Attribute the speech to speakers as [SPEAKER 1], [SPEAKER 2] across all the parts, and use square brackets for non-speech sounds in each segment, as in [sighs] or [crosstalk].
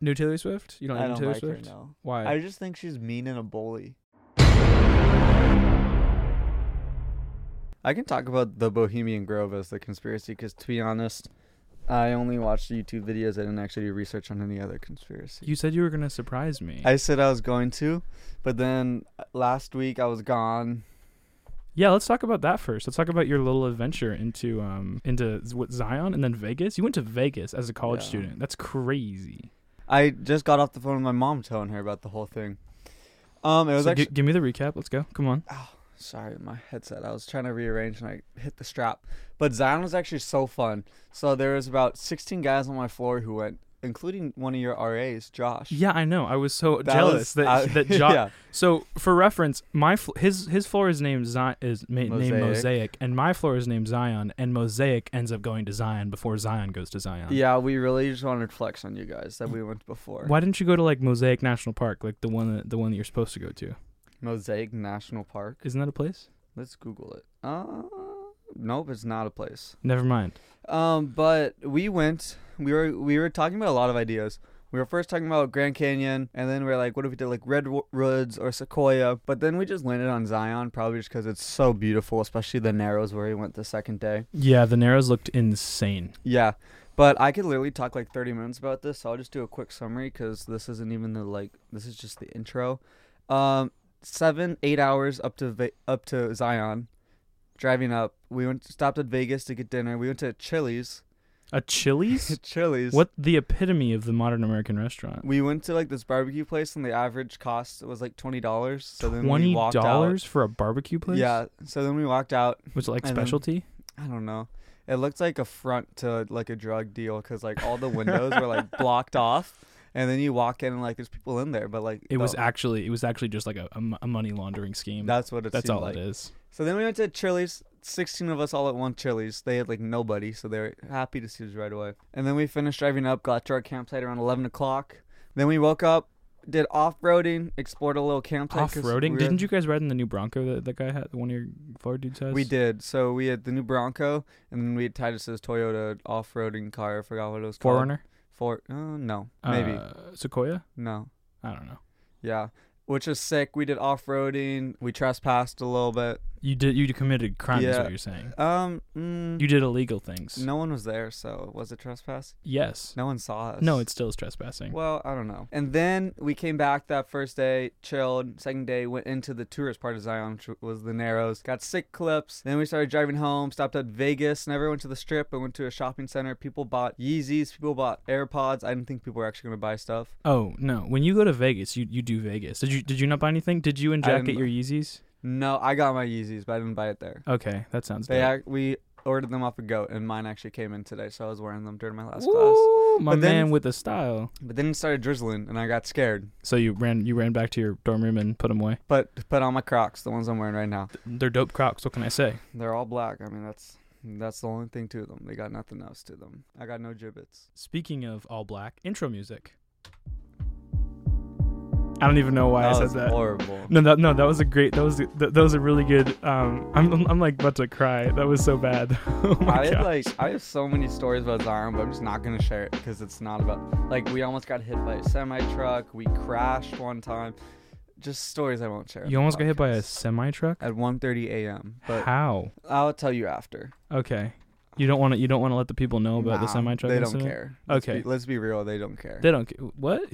[SPEAKER 1] New Taylor Swift? You don't,
[SPEAKER 2] I
[SPEAKER 1] know
[SPEAKER 2] don't
[SPEAKER 1] Taylor
[SPEAKER 2] like
[SPEAKER 1] Swift?
[SPEAKER 2] her. No,
[SPEAKER 1] Why?
[SPEAKER 2] I just think she's mean and a bully. I can talk about the Bohemian Grove as the conspiracy because, to be honest, I only watched the YouTube videos. I didn't actually do research on any other conspiracy.
[SPEAKER 1] you said you were gonna surprise me.
[SPEAKER 2] I said I was going to, but then uh, last week I was gone.
[SPEAKER 1] yeah, let's talk about that first. Let's talk about your little adventure into um into Z- what Zion and then Vegas. You went to Vegas as a college
[SPEAKER 2] Yeah.
[SPEAKER 1] student. That's crazy.
[SPEAKER 2] I just got off the phone with my mom telling her about the whole thing. Um, it was
[SPEAKER 1] So gi-
[SPEAKER 2] actually
[SPEAKER 1] give me the recap. Let's go. Come
[SPEAKER 2] [laughs]
[SPEAKER 1] on.
[SPEAKER 2] sorry, my headset. I was trying to rearrange and I hit the strap. But Zion was actually so fun. So there was about 16 guys on my floor who went, including one of your RAs, Josh.
[SPEAKER 1] Yeah, I know. I was so
[SPEAKER 2] That
[SPEAKER 1] jealous
[SPEAKER 2] was-
[SPEAKER 1] that [laughs]
[SPEAKER 2] I- [laughs]
[SPEAKER 1] that Josh.
[SPEAKER 2] yeah.
[SPEAKER 1] So for reference, my fl- his his floor is named Zion is ma- named
[SPEAKER 2] Mosaic.
[SPEAKER 1] Mosaic, and my floor is named Zion, and Mosaic ends up going to Zion before Zion goes to Zion.
[SPEAKER 2] Yeah, we really just wanted to flex on you guys that we went before.
[SPEAKER 1] Why didn't you go to like Mosaic National Park, like the one that, the one that you're supposed to go to?
[SPEAKER 2] Mosaic National Park.
[SPEAKER 1] Isn't that a place?
[SPEAKER 2] Let's Google it. Uh, nope, it's not a place.
[SPEAKER 1] Never mind.
[SPEAKER 2] Um, but we went. We were we were talking about a lot of ideas. We were first talking about Grand Canyon, and then we are like, what if we did like redwoods or Sequoia? But then we just landed on Zion, probably just because it's so beautiful, especially the Narrows where we went the second day.
[SPEAKER 1] Yeah, the Narrows looked insane.
[SPEAKER 2] Yeah, but I could literally talk like 30 minutes about this, so I'll just do a quick summary because this isn't even the like this is just the intro. Um, seven eight hours up to Ve- up to Zion, driving up. We went stopped at Vegas to get dinner. We went to Chili's. [laughs]
[SPEAKER 1] A Chili's?
[SPEAKER 2] Chili's.
[SPEAKER 1] what the epitome of the modern American restaurant?
[SPEAKER 2] We went to like this barbecue place, and the average cost was like twenty dollars. So then we
[SPEAKER 1] Twenty
[SPEAKER 2] walked
[SPEAKER 1] dollars for a barbecue
[SPEAKER 2] Out.
[SPEAKER 1] place?
[SPEAKER 2] Yeah. So then we walked out.
[SPEAKER 1] Was it like
[SPEAKER 2] And then-
[SPEAKER 1] specialty?
[SPEAKER 2] I don't know. It looked like a front to like a drug deal because like all the windows
[SPEAKER 1] [laughs]
[SPEAKER 2] were like blocked off, and then you walk in and like there's people in there, but like
[SPEAKER 1] It was
[SPEAKER 2] the-
[SPEAKER 1] actually it was actually just like a, a mo- a money laundering scheme.
[SPEAKER 2] that's what it
[SPEAKER 1] That's
[SPEAKER 2] seemed
[SPEAKER 1] all
[SPEAKER 2] like.
[SPEAKER 1] it is.
[SPEAKER 2] So then we went to Chili's. Sixteen of us all at one Chili's. They had like nobody, so they were happy to see us right away. And then we finished driving up, got to our campsite around eleven o'clock. Then we woke up, did off roading, explored a little campsite.
[SPEAKER 1] Off
[SPEAKER 2] 'cause
[SPEAKER 1] roading?
[SPEAKER 2] we were-
[SPEAKER 1] Didn't you guys ride in the new Bronco that that guy had? One of your floor dudes has.
[SPEAKER 2] We did. So we had the new Bronco, and then we had Titus's Toyota off-roading car. I forgot what it was called.
[SPEAKER 1] Forerunner.
[SPEAKER 2] Four. Uh, no, maybe
[SPEAKER 1] Uh, Sequoia.
[SPEAKER 2] no.
[SPEAKER 1] I don't know.
[SPEAKER 2] Yeah, which is sick. We did off-roading. We trespassed a little bit.
[SPEAKER 1] You did. You committed crime. Is
[SPEAKER 2] Yeah.
[SPEAKER 1] what you're saying.
[SPEAKER 2] Um, mm,
[SPEAKER 1] You did illegal things.
[SPEAKER 2] no one was there, so was it trespass?
[SPEAKER 1] Yes.
[SPEAKER 2] No one saw us.
[SPEAKER 1] No, it still is trespassing.
[SPEAKER 2] Well, I don't know. And then we came back that first day, chilled. Second day, went into the tourist part of Zion, which was the Narrows. Got sick clips. Then we started driving home, stopped at Vegas, never went to the strip, but went to a shopping center. People bought Yeezys, people bought AirPods. I didn't think people were actually going to buy stuff.
[SPEAKER 1] Oh no! When you go to Vegas, you, you do Vegas. Did you did you not buy anything? Did you and
[SPEAKER 2] I
[SPEAKER 1] Jack get
[SPEAKER 2] didn't-
[SPEAKER 1] your Yeezys?
[SPEAKER 2] No, I got my Yeezys, but I didn't buy it there.
[SPEAKER 1] Okay, that sounds
[SPEAKER 2] They
[SPEAKER 1] bad.
[SPEAKER 2] ac- we ordered them off a goat, and mine actually came in today, so I was wearing them during my last class.
[SPEAKER 1] Ooh, my
[SPEAKER 2] But then-
[SPEAKER 1] man with the style.
[SPEAKER 2] But then it started drizzling, and I got scared.
[SPEAKER 1] So you ran you ran back to your dorm room and put them away.
[SPEAKER 2] But put on my Crocs, the ones I'm wearing right now.
[SPEAKER 1] They're dope Crocs. What can I say?
[SPEAKER 2] They're all black. I mean, that's that's the only thing to them. They got nothing else to them. I got no gibbets.
[SPEAKER 1] Speaking of all black, intro music. I don't even know why I said
[SPEAKER 2] was
[SPEAKER 1] that.
[SPEAKER 2] horrible.
[SPEAKER 1] No, that no, that was a great. That was that, that was a really good. Um, I'm I'm- I'm like about to cry. That was so bad. [laughs] [laughs] oh my
[SPEAKER 2] I have
[SPEAKER 1] gosh.
[SPEAKER 2] like I have so many stories about Zion, but I'm just not gonna share it because it's not about like we almost got hit by a semi truck. We crashed one time. Just stories I won't share. on
[SPEAKER 1] you
[SPEAKER 2] the
[SPEAKER 1] almost got hit by a
[SPEAKER 2] podcast.
[SPEAKER 1] semi truck.
[SPEAKER 2] at 1:30 a.m. But
[SPEAKER 1] How?
[SPEAKER 2] I'll tell you after.
[SPEAKER 1] Okay. You don't want to. You don't want to let the people know about the
[SPEAKER 2] Nah,
[SPEAKER 1] semi truck.
[SPEAKER 2] They don't care. Let's
[SPEAKER 1] Okay.
[SPEAKER 2] be, let's be real. They don't care.
[SPEAKER 1] They don't. ca- What?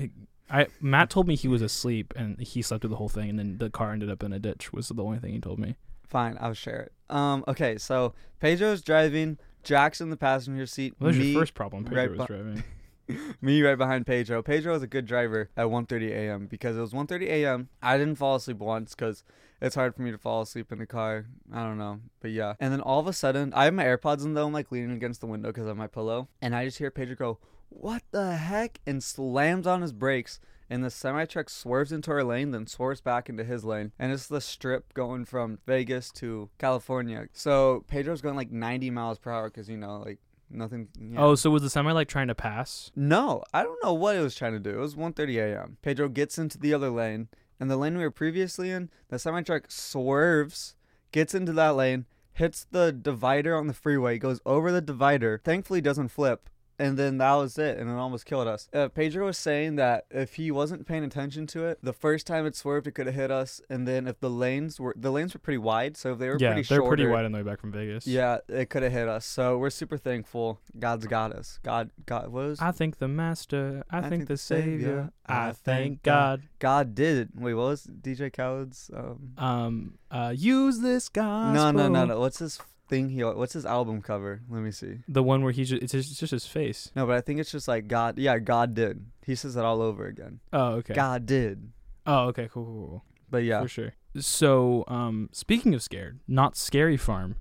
[SPEAKER 1] I Matt told me he was asleep and he slept through the whole thing, and then the car ended up in a ditch. Was the only thing he told me.
[SPEAKER 2] Fine, I'll share it. Um. Okay. So Pedro's driving. Jack's in the passenger seat.
[SPEAKER 1] What was
[SPEAKER 2] me,
[SPEAKER 1] your first problem? Pedro
[SPEAKER 2] right
[SPEAKER 1] was
[SPEAKER 2] bu-
[SPEAKER 1] driving.
[SPEAKER 2] me right behind Pedro. Pedro was a good driver at 1:30 a.m. because it was 1:30 a.m. I didn't fall asleep once because it's hard for me to fall asleep in the car. I don't know, but yeah. And then all of a sudden, I have my AirPods in though. I'm like leaning against the window because of my pillow, and I just hear Pedro go, "What the heck?" and slams on his brakes. And the semi truck swerves into our lane, then swerves back into his lane. And it's the strip going from Vegas to California. So Pedro's going like 90 miles per hour because, you know, like nothing. yeah.
[SPEAKER 1] Oh, so was the semi like trying to pass?
[SPEAKER 2] No, I don't know what it was trying to do. It was 1:30 a.m. Pedro gets into the other lane, and the lane we were previously in, the semi truck swerves, gets into that lane, hits the divider on the freeway, goes over the divider. Thankfully, doesn't flip. and then that was it, and it almost killed us. Uh, Pedro was saying that if he wasn't paying attention to it, the first time it swerved, it could have hit us, and then if the lanes were the lanes were pretty wide, so if they were
[SPEAKER 1] yeah,
[SPEAKER 2] pretty
[SPEAKER 1] they're
[SPEAKER 2] shorter,
[SPEAKER 1] pretty wide on the way back from Vegas.
[SPEAKER 2] Yeah, it could have hit us. So we're super thankful. God's got us. God, God what was
[SPEAKER 1] I thank the master. I, thank, the savior. I thank
[SPEAKER 2] God.
[SPEAKER 1] God.
[SPEAKER 2] God did. Wait, what was DJ Khaled's? Um,
[SPEAKER 1] Um, uh, use this
[SPEAKER 2] no,
[SPEAKER 1] gospel.
[SPEAKER 2] no, no, no. What's his thing? He what's his album cover? Let me see.
[SPEAKER 1] The one where he's just, it's just, it's just his face.
[SPEAKER 2] No, but I think it's just like God. Yeah, God did. He says it all over again.
[SPEAKER 1] Oh, okay.
[SPEAKER 2] God did.
[SPEAKER 1] Oh, okay. Cool, cool, cool.
[SPEAKER 2] But yeah,
[SPEAKER 1] For sure. So, um, speaking of scared, not Scary Farm,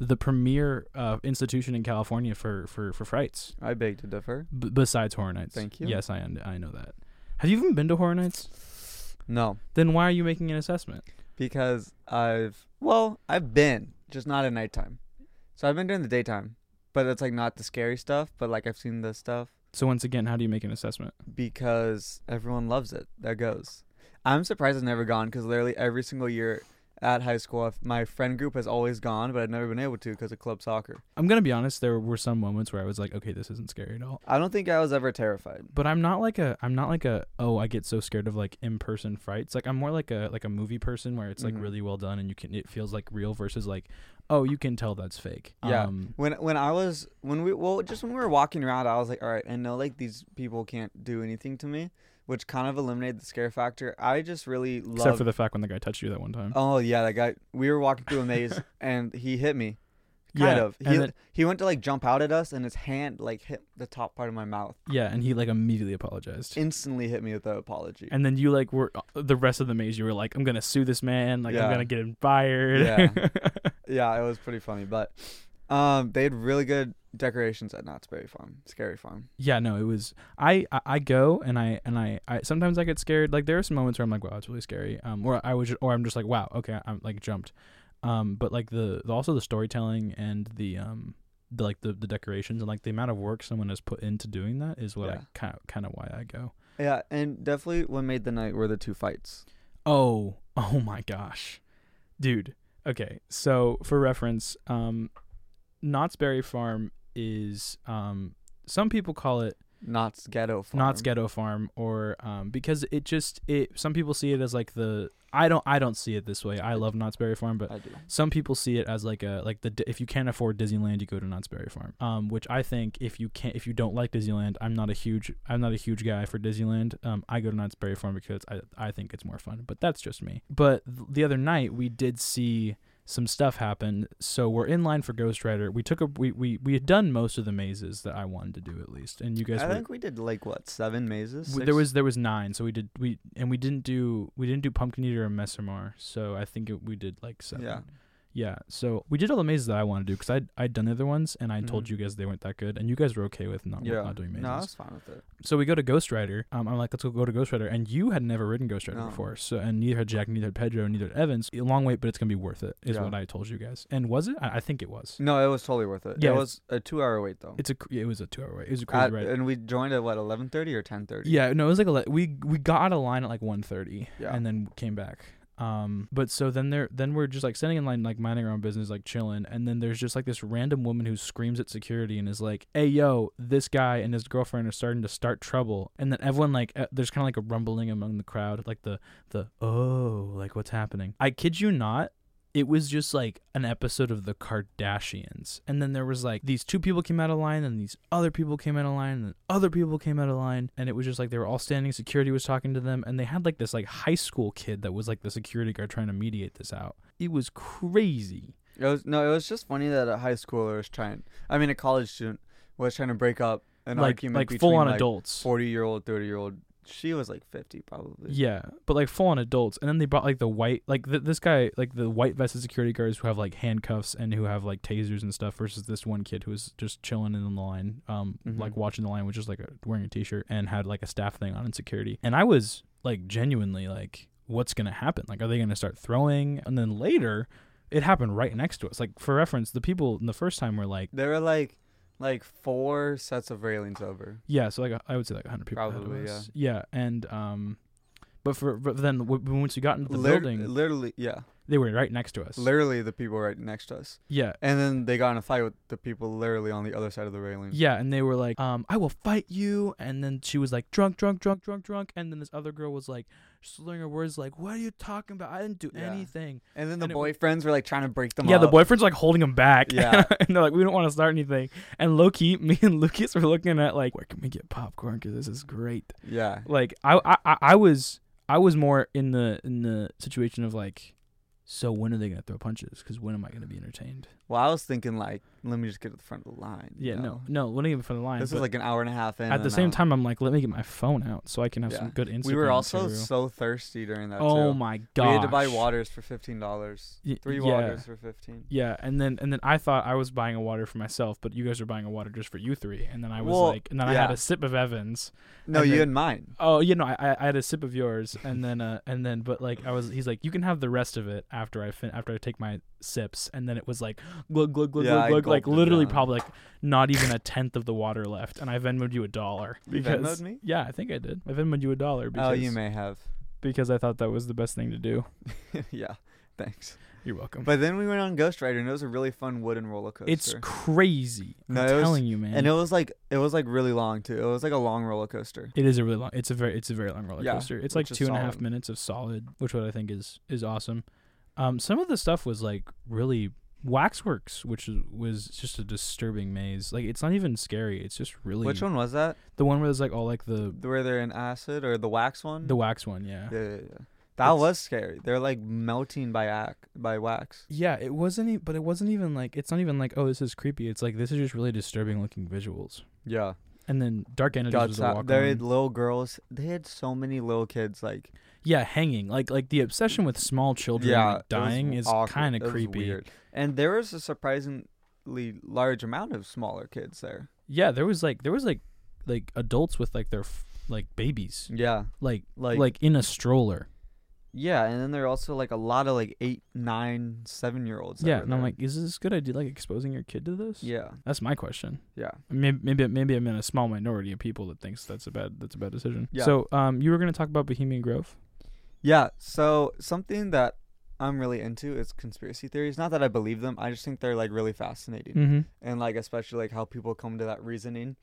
[SPEAKER 1] the premier uh, institution in California for for for frights,
[SPEAKER 2] I beg to differ.
[SPEAKER 1] b- besides Horror Nights.
[SPEAKER 2] Thank you.
[SPEAKER 1] Yes, I un- I know that. Have you even been to Horror Nights?
[SPEAKER 2] No,
[SPEAKER 1] Then why are you making an assessment?
[SPEAKER 2] because I've well, I've been just not at nighttime. So I've been during the daytime, but it's like not the scary stuff. But like I've seen the stuff
[SPEAKER 1] So once again, how do you make an assessment?
[SPEAKER 2] because everyone loves it. That goes. I'm surprised I've never gone because literally every single year at high school, I've- my friend group has always gone, but I've never been able to because of club soccer.
[SPEAKER 1] I'm gonna be honest. There were some moments where I was like, okay, this isn't scary at all.
[SPEAKER 2] I don't think I was ever terrified.
[SPEAKER 1] but I'm not like a I'm not like a oh I get so scared of like in person frights. Like I'm more like a like a movie person where it's like
[SPEAKER 2] Mhm.
[SPEAKER 1] really well done and you can it feels like real versus like oh you can tell that's fake.
[SPEAKER 2] Yeah.
[SPEAKER 1] Um,
[SPEAKER 2] When when I was when we well just when we were walking around, I was like, all right, I know like these people can't do anything to me, which kind of eliminated the scare factor. I just really love.
[SPEAKER 1] except for the fact when the guy touched you that one time.
[SPEAKER 2] oh yeah, that guy. We were walking through a
[SPEAKER 1] [laughs]
[SPEAKER 2] maze and he hit me. Kind
[SPEAKER 1] yeah.
[SPEAKER 2] of. He
[SPEAKER 1] And then-
[SPEAKER 2] he went to like jump out at us and his hand like hit the top part of my mouth.
[SPEAKER 1] yeah, and he like immediately apologized.
[SPEAKER 2] Instantly hit me with the apology.
[SPEAKER 1] and then you like were uh, the rest of the maze. You were like, I'm gonna sue this man. Like
[SPEAKER 2] Yeah.
[SPEAKER 1] I'm gonna get him fired.
[SPEAKER 2] Yeah. yeah, it was pretty funny, but um, they had really good decorations at Knott's Berry Farm, Scary Farm.
[SPEAKER 1] [laughs] Yeah, no, it was. I, I I go and I and I, I sometimes I get scared. Like there are some moments where I'm like, wow, it's really scary. Um, or I was, or I'm just like, wow, okay, I'm like jumped. Um, but like the, the also the storytelling and the um the like the, the decorations and like the amount of work someone has put into doing that is what
[SPEAKER 2] Yeah.
[SPEAKER 1] I kind of, kind of why I go.
[SPEAKER 2] Yeah, and definitely what made the night were the two fights.
[SPEAKER 1] Oh, [laughs] oh my gosh, dude. Okay, so for reference, um, Knott's Berry Farm is um some people call it
[SPEAKER 2] Knott's Ghetto Farm.
[SPEAKER 1] Knott's Ghetto Farm, or um, because it just it. Some people see it as like the I don't I don't see it this way. I love Knott's Berry Farm, but
[SPEAKER 2] I do.
[SPEAKER 1] some people see it as like a like the if you can't afford Disneyland, you go to Knott's Berry Farm. Um, which I think if you can't if you don't like Disneyland, I'm not a huge I'm not a huge guy for Disneyland. Um, I go to Knott's Berry Farm because I I think it's more fun, but that's just me. But th- the other night we did see some stuff happen so we're in line for ghost rider we took a we, we we had done most of the mazes that i wanted to do at least and you guys
[SPEAKER 2] I
[SPEAKER 1] were,
[SPEAKER 2] think we did like what seven mazes.
[SPEAKER 1] w
[SPEAKER 2] Six?
[SPEAKER 1] there was there was nine, so we did we and we didn't do we didn't do pumpkin eater or mesomar, so I think it, we did like seven.
[SPEAKER 2] Yeah.
[SPEAKER 1] yeah. So we did all the mazes that I wanted to do because I I'd done the other ones and I told
[SPEAKER 2] Mhm.
[SPEAKER 1] you guys they weren't that good and you guys were okay with not
[SPEAKER 2] yeah.
[SPEAKER 1] not doing mazes.
[SPEAKER 2] No, I was fine with it.
[SPEAKER 1] So we go to Ghost Rider. Um, I'm like, let's go, go to Ghost Rider, and you had never ridden Ghost Rider
[SPEAKER 2] No.
[SPEAKER 1] before, so and neither had Jack, neither had Pedro, neither had Evans. A long wait, but it's gonna be worth it, is
[SPEAKER 2] Yeah. Mm.
[SPEAKER 1] what I told you guys. And was it? I, I think it was.
[SPEAKER 2] No, it was totally worth it.
[SPEAKER 1] Yeah,
[SPEAKER 2] it
[SPEAKER 1] it's-
[SPEAKER 2] was a two-hour wait though.
[SPEAKER 1] It's a cr- it was a two hour wait. It was a crazy
[SPEAKER 2] At-
[SPEAKER 1] ride.
[SPEAKER 2] and we joined at what eleven thirty or ten thirty.
[SPEAKER 1] Yeah, no, it was like a le- we we got out of line at like 1:30
[SPEAKER 2] Yeah.
[SPEAKER 1] and then came back. Um, but so then there then we're just like standing in line like minding our own business like chilling and then there's just like this random woman who screams at security and is like, "Hey yo, this guy and his girlfriend are starting to start trouble." And then everyone like uh, there's kind of like a rumbling among the crowd like the the oh, like what's happening. I kid you not, it was just like an episode of the Kardashians. And then there was like these two people came out of line, and these other people came out of line, and then other people came out of line. And it was just like they were all standing. Security was talking to them, and they had like this like high school kid that was like the security guard trying to mediate this out. It was crazy.
[SPEAKER 2] It was no, it was just funny that a high schooler was trying. I mean, a college student was trying to break up an
[SPEAKER 1] like
[SPEAKER 2] argument
[SPEAKER 1] like
[SPEAKER 2] between
[SPEAKER 1] full on
[SPEAKER 2] like,
[SPEAKER 1] adults.
[SPEAKER 2] forty-year-old, thirty-year-old. She was like fifty probably.
[SPEAKER 1] Yeah, but like full on adults, and then they brought like the white, like th- this guy, like the white vested security guards who have like handcuffs and who have like tasers and stuff, versus this one kid who was just chilling in the line, um,
[SPEAKER 2] Mhm.
[SPEAKER 1] like watching the line, was just like a, wearing a t-shirt and had like a staff thing on in security, and I was like genuinely like, what's gonna happen? Like, are they gonna start throwing? And then later, it happened right next to us. Like for reference, the people in the first time were like,
[SPEAKER 2] There were like like four sets of railings over.
[SPEAKER 1] yeah, so like a- I would say like hundred people. ahead of
[SPEAKER 2] Probably, yeah.
[SPEAKER 1] us. Yeah, and um, but for but then w- once you got into the
[SPEAKER 2] Lit-
[SPEAKER 1] building.
[SPEAKER 2] Literally, yeah.
[SPEAKER 1] They were right next to us.
[SPEAKER 2] Literally, the people right next to us.
[SPEAKER 1] yeah.
[SPEAKER 2] And then they got in a fight with the people literally on the other side of the railing.
[SPEAKER 1] Yeah, and they were like, um, I will fight you. And then she was like, drunk, drunk, drunk, drunk, drunk. And then this other girl was like, slurring her words, like, what are you talking about? I didn't do
[SPEAKER 2] Yeah.
[SPEAKER 1] anything.
[SPEAKER 2] And then the
[SPEAKER 1] And it w-
[SPEAKER 2] boyfriends were like trying to break them
[SPEAKER 1] yeah,
[SPEAKER 2] up.
[SPEAKER 1] the boyfriend's like holding him back. [laughs]
[SPEAKER 2] Yeah.
[SPEAKER 1] and they're like, we don't want to start anything. And low key, [laughs] me and Lucas were looking at like, where can we get popcorn? Because this is great.
[SPEAKER 2] Yeah.
[SPEAKER 1] Like, I, I, I- I was, I was more in the in the situation of like, so when are they gonna throw punches? Because when am I gonna be entertained?
[SPEAKER 2] Well, I was thinking like, let me just get to the front of the line. you
[SPEAKER 1] Yeah,
[SPEAKER 2] know?
[SPEAKER 1] no, no, let me get in front of the line.
[SPEAKER 2] This
[SPEAKER 1] but
[SPEAKER 2] was like an hour and a half in.
[SPEAKER 1] at the
[SPEAKER 2] and
[SPEAKER 1] same
[SPEAKER 2] out.
[SPEAKER 1] time, I'm like, let me get my phone out so I can have some
[SPEAKER 2] Yeah.
[SPEAKER 1] good Instagram.
[SPEAKER 2] we were also
[SPEAKER 1] material.
[SPEAKER 2] so thirsty during that.
[SPEAKER 1] Oh
[SPEAKER 2] too.
[SPEAKER 1] my god!
[SPEAKER 2] We had to buy waters for fifteen dollars. Three
[SPEAKER 1] yeah.
[SPEAKER 2] waters for fifteen.
[SPEAKER 1] Yeah, and then and then I thought I was buying a water for myself, but you guys were buying a water just for you three. And then I was
[SPEAKER 2] Well,
[SPEAKER 1] like, and then I had
[SPEAKER 2] yeah.
[SPEAKER 1] a sip of Evans.
[SPEAKER 2] No,
[SPEAKER 1] And
[SPEAKER 2] you
[SPEAKER 1] then-
[SPEAKER 2] and mine.
[SPEAKER 1] Oh, you know, I I- I had a sip of yours, and then uh and then but like I was, he's like, you can have the rest of it after I fin- after I take my sips, and then it was like glug glug glug
[SPEAKER 2] Yeah, I
[SPEAKER 1] glug glug, like
[SPEAKER 2] gulped it
[SPEAKER 1] literally
[SPEAKER 2] down.
[SPEAKER 1] probably like not even a tenth of the water left, and I Venmoed you a dollar
[SPEAKER 2] You
[SPEAKER 1] because
[SPEAKER 2] Venmo'd me?
[SPEAKER 1] yeah, I think I did. I Venmoed you a dollar because
[SPEAKER 2] Oh, you may have.
[SPEAKER 1] because I thought that was the best thing to do.
[SPEAKER 2] [laughs] yeah. Thanks.
[SPEAKER 1] You're welcome.
[SPEAKER 2] [laughs] But then we went on Ghost Rider, and it was a really fun wooden roller coaster.
[SPEAKER 1] It's crazy.
[SPEAKER 2] No,
[SPEAKER 1] I'm
[SPEAKER 2] it was-
[SPEAKER 1] telling you, man.
[SPEAKER 2] and it was like it was like really long too. It was like a long roller coaster.
[SPEAKER 1] it is a really long. It's a very it's a very long roller
[SPEAKER 2] Yeah,
[SPEAKER 1] coaster. It's like
[SPEAKER 2] which is
[SPEAKER 1] two and a half
[SPEAKER 2] solid.
[SPEAKER 1] minutes of solid, which what I think is is awesome. Um, some of the stuff was like really waxworks, which is, was just a disturbing maze. Like it's not even scary. It's just really
[SPEAKER 2] Which one was that?
[SPEAKER 1] the one where there's like all like the
[SPEAKER 2] Where they're in acid or the wax one?
[SPEAKER 1] the wax one. Yeah.
[SPEAKER 2] yeah, yeah, yeah. That
[SPEAKER 1] It's-
[SPEAKER 2] was scary. They're like melting by ac- by wax.
[SPEAKER 1] Yeah, it wasn't. E- but it wasn't even like it's not even like oh this is creepy. It's like this is just really disturbing looking visuals.
[SPEAKER 2] Yeah.
[SPEAKER 1] And then dark energies
[SPEAKER 2] God,
[SPEAKER 1] was a
[SPEAKER 2] so-
[SPEAKER 1] walk
[SPEAKER 2] they
[SPEAKER 1] on.
[SPEAKER 2] had little girls. They had so many little kids. Like
[SPEAKER 1] Yeah, hanging. Like like the obsession with small children
[SPEAKER 2] yeah,
[SPEAKER 1] like, dying is kind of creepy.
[SPEAKER 2] And there was a surprisingly large amount of smaller kids there.
[SPEAKER 1] Yeah, there was like there was like like adults with like their f- like babies
[SPEAKER 2] Yeah,
[SPEAKER 1] like,
[SPEAKER 2] like
[SPEAKER 1] like in a stroller.
[SPEAKER 2] yeah. And then there were also like a lot of like eight, nine, seven year olds.
[SPEAKER 1] Yeah, and I'm like, is this a good idea? Like exposing your kid to this?
[SPEAKER 2] yeah,
[SPEAKER 1] that's my question.
[SPEAKER 2] yeah.
[SPEAKER 1] Maybe maybe maybe I'm in a small minority of people that thinks that's a bad that's a bad decision.
[SPEAKER 2] Yeah.
[SPEAKER 1] So um, you were gonna talk about Bohemian Grove.
[SPEAKER 2] Yeah, so something that I'm really into is conspiracy theories. Not that I believe them, I just think they're like really fascinating.
[SPEAKER 1] Mm-hmm.
[SPEAKER 2] And like especially like how people come to that reasoning.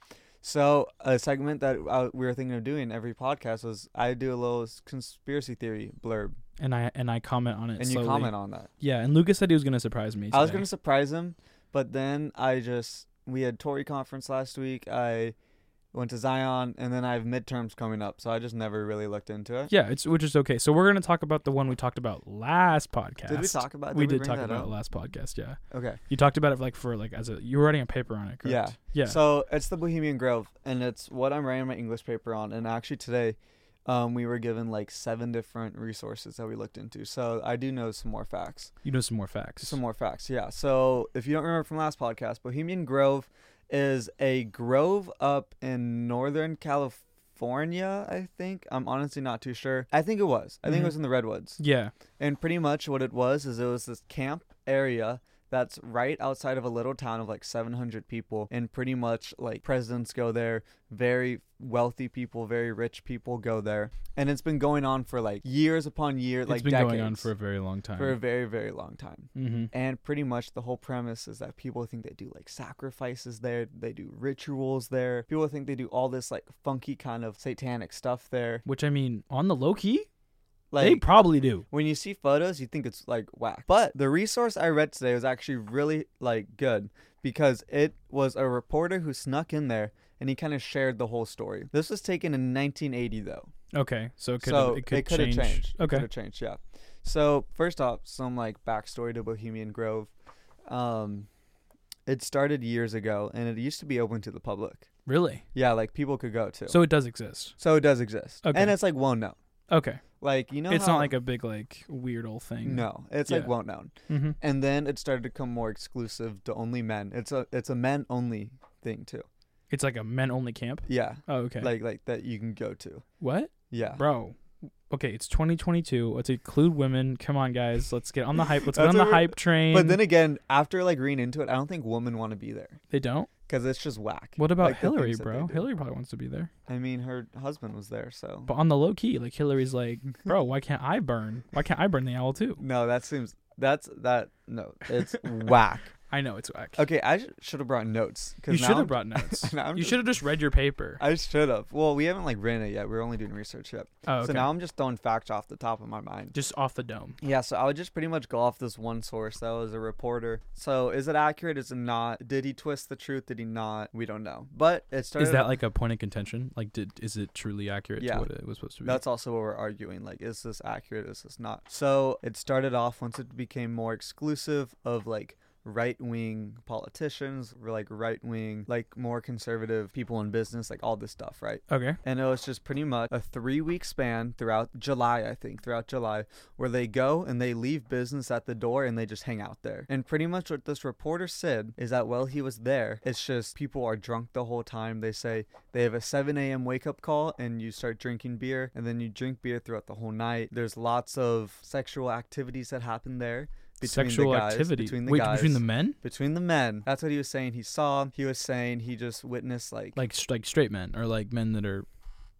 [SPEAKER 2] So a segment that I, we were thinking of doing every podcast was I do a little s- conspiracy theory blurb
[SPEAKER 1] And I and I comment on it.
[SPEAKER 2] and
[SPEAKER 1] slowly.
[SPEAKER 2] you comment on that.
[SPEAKER 1] Yeah, and Lucas said he was gonna surprise me.
[SPEAKER 2] I was
[SPEAKER 1] today.
[SPEAKER 2] going to surprise him, but then I just we had Tory conference last week. I went to Zion and then I have midterms coming up, so I just never really looked into it.
[SPEAKER 1] Yeah, it's which is okay. So we're gonna talk about the one we talked about last podcast.
[SPEAKER 2] Uh, Did we talk about
[SPEAKER 1] we
[SPEAKER 2] we
[SPEAKER 1] did
[SPEAKER 2] bring
[SPEAKER 1] talk
[SPEAKER 2] that
[SPEAKER 1] about it
[SPEAKER 2] up?
[SPEAKER 1] last podcast. Yeah,
[SPEAKER 2] Okay.
[SPEAKER 1] you talked about it like for like as a you were writing a paper on it. Correct?
[SPEAKER 2] Yeah.
[SPEAKER 1] yeah.
[SPEAKER 2] So it's the Bohemian Grove, and it's what I'm writing my English paper on. And actually today, um, we were given like seven different resources that we looked into. So I do know some more facts.
[SPEAKER 1] you know some more facts.
[SPEAKER 2] Some more facts, yeah. So if you don't remember from last podcast, Bohemian Grove is a grove up in Northern California. I think I'm honestly not too sure. I think it was. I think
[SPEAKER 1] Mhm.
[SPEAKER 2] it was in the redwoods.
[SPEAKER 1] yeah,
[SPEAKER 2] And pretty much what it was is it was this camp area that's right outside of a little town of like 700 people. And pretty much like presidents go there, very wealthy people, very rich people go there. And it's been going on for like years upon year,
[SPEAKER 1] it's
[SPEAKER 2] like
[SPEAKER 1] been
[SPEAKER 2] decades.
[SPEAKER 1] going on for a very long time.
[SPEAKER 2] for a very, very long time.
[SPEAKER 1] mm-hmm.
[SPEAKER 2] And pretty much the whole premise is that people think they do like sacrifices there, they do rituals there. People think they do all this like funky kind of satanic stuff there.
[SPEAKER 1] Which I mean, on the low key,
[SPEAKER 2] Like
[SPEAKER 1] they probably do.
[SPEAKER 2] when you see photos, you think it's like whack. But the resource I read today was actually really like good because it was a reporter who snuck in there and he kind of shared the whole story. This was taken in 1980 though.
[SPEAKER 1] Okay, so it could
[SPEAKER 2] so
[SPEAKER 1] it could
[SPEAKER 2] could have
[SPEAKER 1] change.
[SPEAKER 2] changed. It could
[SPEAKER 1] Okay,
[SPEAKER 2] have changed, yeah. So first off, some like backstory to Bohemian Grove. Um it started years ago and it used to be open to the public.
[SPEAKER 1] really?
[SPEAKER 2] Yeah, like people could go to. So,
[SPEAKER 1] So it does exist.
[SPEAKER 2] it does exist.
[SPEAKER 1] Okay.
[SPEAKER 2] And it's like well known.
[SPEAKER 1] Okay,
[SPEAKER 2] Like you know
[SPEAKER 1] it's not
[SPEAKER 2] how-
[SPEAKER 1] like a big like weird old thing.
[SPEAKER 2] No, it's like
[SPEAKER 1] Yeah.
[SPEAKER 2] well known.
[SPEAKER 1] Mm-hmm.
[SPEAKER 2] and then it started to become more exclusive to only men. It's a it's a men only thing too.
[SPEAKER 1] It's like a men only camp.
[SPEAKER 2] Yeah,
[SPEAKER 1] Oh, okay.
[SPEAKER 2] like like that you can go to.
[SPEAKER 1] what,
[SPEAKER 2] Yeah,
[SPEAKER 1] bro? okay, it's 2022. Let's include women. Come on, guys. Let's get on the hype. Let's get
[SPEAKER 2] That's
[SPEAKER 1] on the
[SPEAKER 2] what we're-
[SPEAKER 1] hype train.
[SPEAKER 2] But then again, after like reading into it, I don't think women want to be there
[SPEAKER 1] they don't.
[SPEAKER 2] because it's just whack.
[SPEAKER 1] What about
[SPEAKER 2] Like, the
[SPEAKER 1] Hillary,
[SPEAKER 2] things that they
[SPEAKER 1] bro?
[SPEAKER 2] do.
[SPEAKER 1] Hillary probably wants to be there.
[SPEAKER 2] I mean, her husband was there, so
[SPEAKER 1] But on the low key, like Hillary's like, bro, why can't I burn? Why can't I burn the owl too?
[SPEAKER 2] [laughs] no, that seems that's that no, it's
[SPEAKER 1] [laughs]
[SPEAKER 2] whack.
[SPEAKER 1] I know it's whack.
[SPEAKER 2] Okay, I sh- should have brought notes. 'cause
[SPEAKER 1] you
[SPEAKER 2] now
[SPEAKER 1] should
[SPEAKER 2] I'm-
[SPEAKER 1] have brought notes.
[SPEAKER 2] [laughs] now I'm
[SPEAKER 1] you
[SPEAKER 2] just-
[SPEAKER 1] should have just read your
[SPEAKER 2] [laughs]
[SPEAKER 1] paper.
[SPEAKER 2] I should have. Well, we haven't like written it yet. We're only doing research yet.
[SPEAKER 1] oh, okay.
[SPEAKER 2] So now I'm just throwing facts off the top of my mind.
[SPEAKER 1] just off the dome.
[SPEAKER 2] Yeah, so I would just pretty much go off this one source that was a reporter. So is it accurate? Is it not? Did he twist the truth? Did he not? We don't know. But it started.
[SPEAKER 1] Is that like a point of contention? Like, did is it truly accurate
[SPEAKER 2] Yeah.
[SPEAKER 1] to what it was supposed to be?
[SPEAKER 2] That's also what we're arguing. Like, is this accurate? Is this not? So it started off once it became more exclusive of like right wing politicians, or, like right wing, like more conservative people in business, like all this stuff, right?
[SPEAKER 1] okay.
[SPEAKER 2] And it was just pretty much a three week span throughout July, I think, throughout July, where they go and they leave business at the door and they just hang out there. And pretty much what this reporter said is that while he was there, it's just people are drunk the whole time. They say they have a 7 a.m. wake up call and you start drinking beer and then you drink beer throughout the whole night. There's lots of sexual activities that happen there. Between
[SPEAKER 1] Sexual
[SPEAKER 2] the guys,
[SPEAKER 1] activity.
[SPEAKER 2] Between the
[SPEAKER 1] Wait,
[SPEAKER 2] guys.
[SPEAKER 1] between the men?
[SPEAKER 2] between the men. That's what he was saying he saw. He was saying he just witnessed like,
[SPEAKER 1] Like s- like straight men or like men that are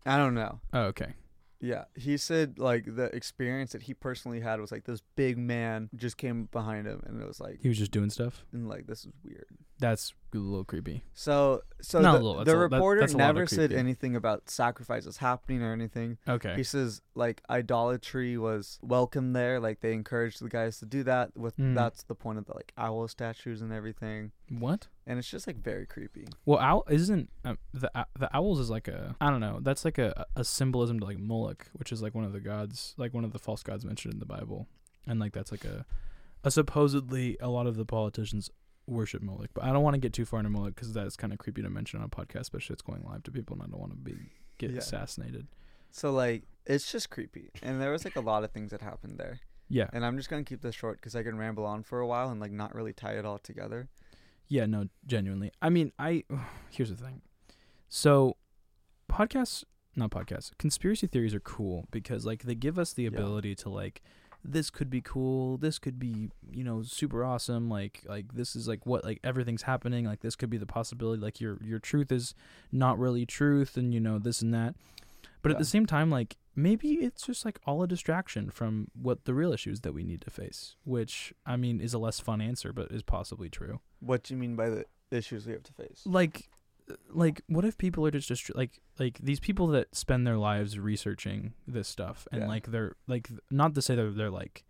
[SPEAKER 2] I don't know.
[SPEAKER 1] oh, okay.
[SPEAKER 2] Yeah, he said like the experience that he personally had was like this big man just came behind him and it was like
[SPEAKER 1] He was just doing stuff.
[SPEAKER 2] and like this is weird.
[SPEAKER 1] That's a little creepy.
[SPEAKER 2] So so
[SPEAKER 1] Not a
[SPEAKER 2] the,
[SPEAKER 1] little, that's a
[SPEAKER 2] the
[SPEAKER 1] lot- that-
[SPEAKER 2] reporter
[SPEAKER 1] that's a lot of
[SPEAKER 2] never said
[SPEAKER 1] creepy.
[SPEAKER 2] anything about sacrifices happening or anything.
[SPEAKER 1] Okay.
[SPEAKER 2] He says like idolatry was welcome there, like they encouraged the guys to do that with
[SPEAKER 1] Mm.
[SPEAKER 2] that's the point of the like owl statues and everything.
[SPEAKER 1] what?
[SPEAKER 2] And it's just like very creepy.
[SPEAKER 1] Well, owl isn't um, the ou- the owls is like a I don't know. That's like a a symbolism to like Moloch, which is like one of the gods, like one of the false gods mentioned in the Bible, and like that's like a a supposedly a lot of the politicians worship Moloch, but I don't want to get too far into Moloch because that's kind of creepy to mention on a podcast, especially it's going live to people, and I don't want to be get
[SPEAKER 2] Yeah.
[SPEAKER 1] assassinated.
[SPEAKER 2] So like it's just creepy. And there was like a lot of things that happened there.
[SPEAKER 1] Yeah,
[SPEAKER 2] And I'm just gonna keep this short because I can ramble on for a while and like not really tie it all together.
[SPEAKER 1] yeah, no, genuinely. I mean, I [sighs] here's the thing. So, podcasts, not podcasts, conspiracy theories are cool because like they give us the
[SPEAKER 2] Yeah.
[SPEAKER 1] ability to like this could be cool, this could be, you know, super awesome, like like this is like what like everything's happening, like this could be the possibility like your your truth is not really truth and you know this and that. But at
[SPEAKER 2] Yeah.
[SPEAKER 1] the same time like maybe it's just like all a distraction from what the real issues that we need to face, which I mean is a less fun answer but is possibly true.
[SPEAKER 2] What do you mean by the issues we have to face?
[SPEAKER 1] like like what if people are just just like like these people that spend their lives researching this stuff and
[SPEAKER 2] Yeah.
[SPEAKER 1] like they're like not to say they're they're like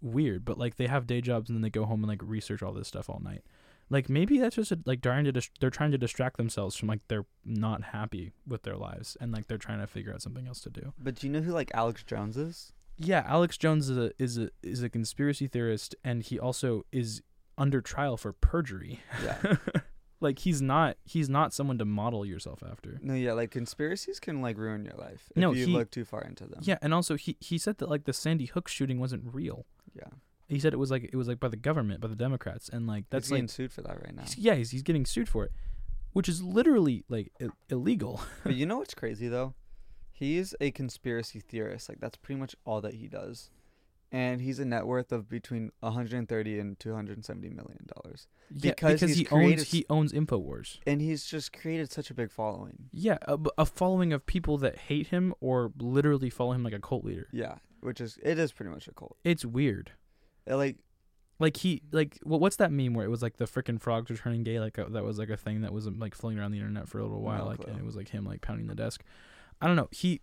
[SPEAKER 1] weird but like they have day jobs and then they go home and like research all this stuff all night like maybe that's just a, like trying to dis- they're trying to distract themselves from like they're not happy with their lives and like they're trying to figure out something else to do
[SPEAKER 2] But do you know who like Alex Jones [laughs] is?
[SPEAKER 1] yeah alex jones is a is a is a conspiracy theorist and he also is under trial for perjury
[SPEAKER 2] Yeah.
[SPEAKER 1] [laughs] like he's not he's not someone to model yourself after
[SPEAKER 2] no, yeah, like conspiracies can like ruin your life if
[SPEAKER 1] No,
[SPEAKER 2] you
[SPEAKER 1] he-
[SPEAKER 2] look too far into them.
[SPEAKER 1] yeah and also he he said that like the sandy hook shooting wasn't real
[SPEAKER 2] Yeah.
[SPEAKER 1] he said it was like it was like by the government by the democrats and like
[SPEAKER 2] That's
[SPEAKER 1] that's
[SPEAKER 2] He's getting
[SPEAKER 1] like
[SPEAKER 2] sued for that right now. [laughs]
[SPEAKER 1] he's, yeah he's, he's getting sued for it which is literally like I- illegal [laughs]
[SPEAKER 2] but you know what's crazy though? He's a conspiracy theorist. Like that's pretty much all that he does. And he's a net worth of between 130 and 270 million dollars.
[SPEAKER 1] yeah,
[SPEAKER 2] Because he's
[SPEAKER 1] he
[SPEAKER 2] created-
[SPEAKER 1] owns he owns infowars
[SPEAKER 2] And he's just created such a big following.
[SPEAKER 1] yeah a, a following of people that hate him or literally follow him like a cult leader
[SPEAKER 2] Yeah, which is it is pretty much a cult.
[SPEAKER 1] it's weird
[SPEAKER 2] Uh, Like
[SPEAKER 1] like he like well, what's that meme where it was like the freaking frogs were turning gay like uh, that was like a thing that was um, like floating around the internet for a little while
[SPEAKER 2] No
[SPEAKER 1] like and
[SPEAKER 2] clue.
[SPEAKER 1] it was like him like pounding the desk i don't know he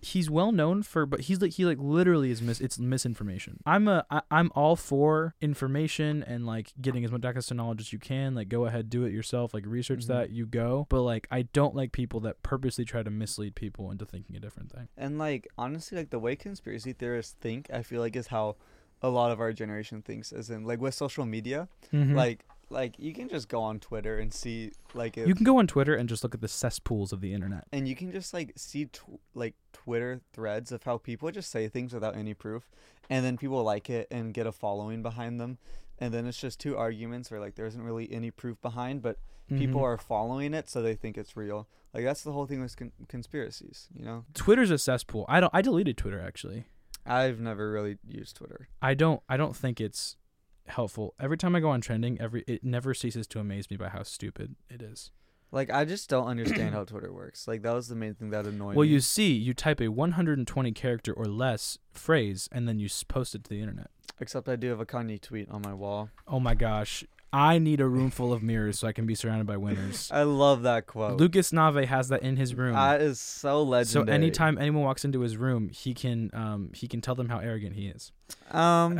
[SPEAKER 1] he's well known for but he's like he like literally is mis it's misinformation i'm a I, i'm all for information and like getting as much access to knowledge as you can like go ahead do it yourself like research
[SPEAKER 2] Mhm.
[SPEAKER 1] that you go but like i don't like people that purposely try to mislead people into thinking a different thing
[SPEAKER 2] And like honestly, like the way conspiracy theorists think, I feel like is how a lot of our generation thinks. As in, like with social media,
[SPEAKER 1] Mm-hmm.
[SPEAKER 2] like like you can just go on Twitter and see like uh if,
[SPEAKER 1] you can go on twitter and just look at the cesspools of the internet
[SPEAKER 2] and you can just like see tw- like Twitter threads of how people just say things without any proof, and then people like it and get a following behind them, and then it's just two arguments where like there isn't really any proof behind, but people
[SPEAKER 1] Mhm.
[SPEAKER 2] are following it, so they think it's real. Like that's the whole thing with con- conspiracies, you know.
[SPEAKER 1] Twitter's a cesspool. I don't. I deleted Twitter actually.
[SPEAKER 2] I've never really used Twitter.
[SPEAKER 1] I don't. I don't think it's helpful. Every time I go on trending, every it never ceases to amaze me by how stupid it is.
[SPEAKER 2] Like I just don't understand
[SPEAKER 1] [clears throat]
[SPEAKER 2] how Twitter works. Like that was the main thing that annoyed
[SPEAKER 1] Well,
[SPEAKER 2] me.
[SPEAKER 1] you see, you type a 120 character or less phrase, and then you s- post it to the internet.
[SPEAKER 2] Except I do have a Kanye tweet on my wall.
[SPEAKER 1] Oh my gosh, I need a room full of mirrors so I can be surrounded by winners.
[SPEAKER 2] [laughs] I love that quote.
[SPEAKER 1] Lucas Nave has that in his room.
[SPEAKER 2] that is so
[SPEAKER 1] so
[SPEAKER 2] legendary.
[SPEAKER 1] anytime anyone walks into his room, he can um he can tell them how arrogant he is. [laughs]
[SPEAKER 2] um,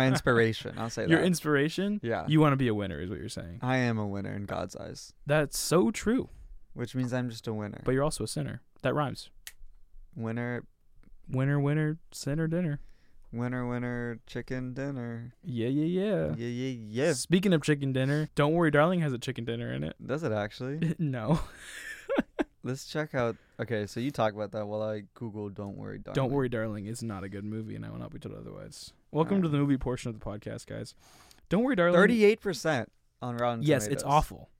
[SPEAKER 2] my inspiration. I'll say
[SPEAKER 1] Your
[SPEAKER 2] that.
[SPEAKER 1] inspiration?
[SPEAKER 2] yeah,
[SPEAKER 1] You want to be a winner is what you're saying.
[SPEAKER 2] I am a winner in God's eyes,
[SPEAKER 1] That's so true.
[SPEAKER 2] which means I'm just a winner.
[SPEAKER 1] But you're also a sinner. That rhymes.
[SPEAKER 2] winner,
[SPEAKER 1] Winner, winner, sinner, dinner.
[SPEAKER 2] winner, winner, chicken dinner.
[SPEAKER 1] Yeah, yeah, yeah.
[SPEAKER 2] Yeah, yeah, yeah.
[SPEAKER 1] Speaking of chicken dinner, Don't Worry Darling has a chicken dinner in it. [laughs]
[SPEAKER 2] Does it actually? Uh-huh.
[SPEAKER 1] no.
[SPEAKER 2] Let's check out. Okay, so you talk about that while I Google. Don't worry, darling.
[SPEAKER 1] Don't Worry Darling is not a good movie, and I will not be told otherwise. Welcome to
[SPEAKER 2] Alright.
[SPEAKER 1] the movie portion of the podcast, guys. Don't Worry Darling.
[SPEAKER 2] Thirty-eight percent on Rotten.
[SPEAKER 1] Yes, it's
[SPEAKER 2] Tomatoes.
[SPEAKER 1] awful.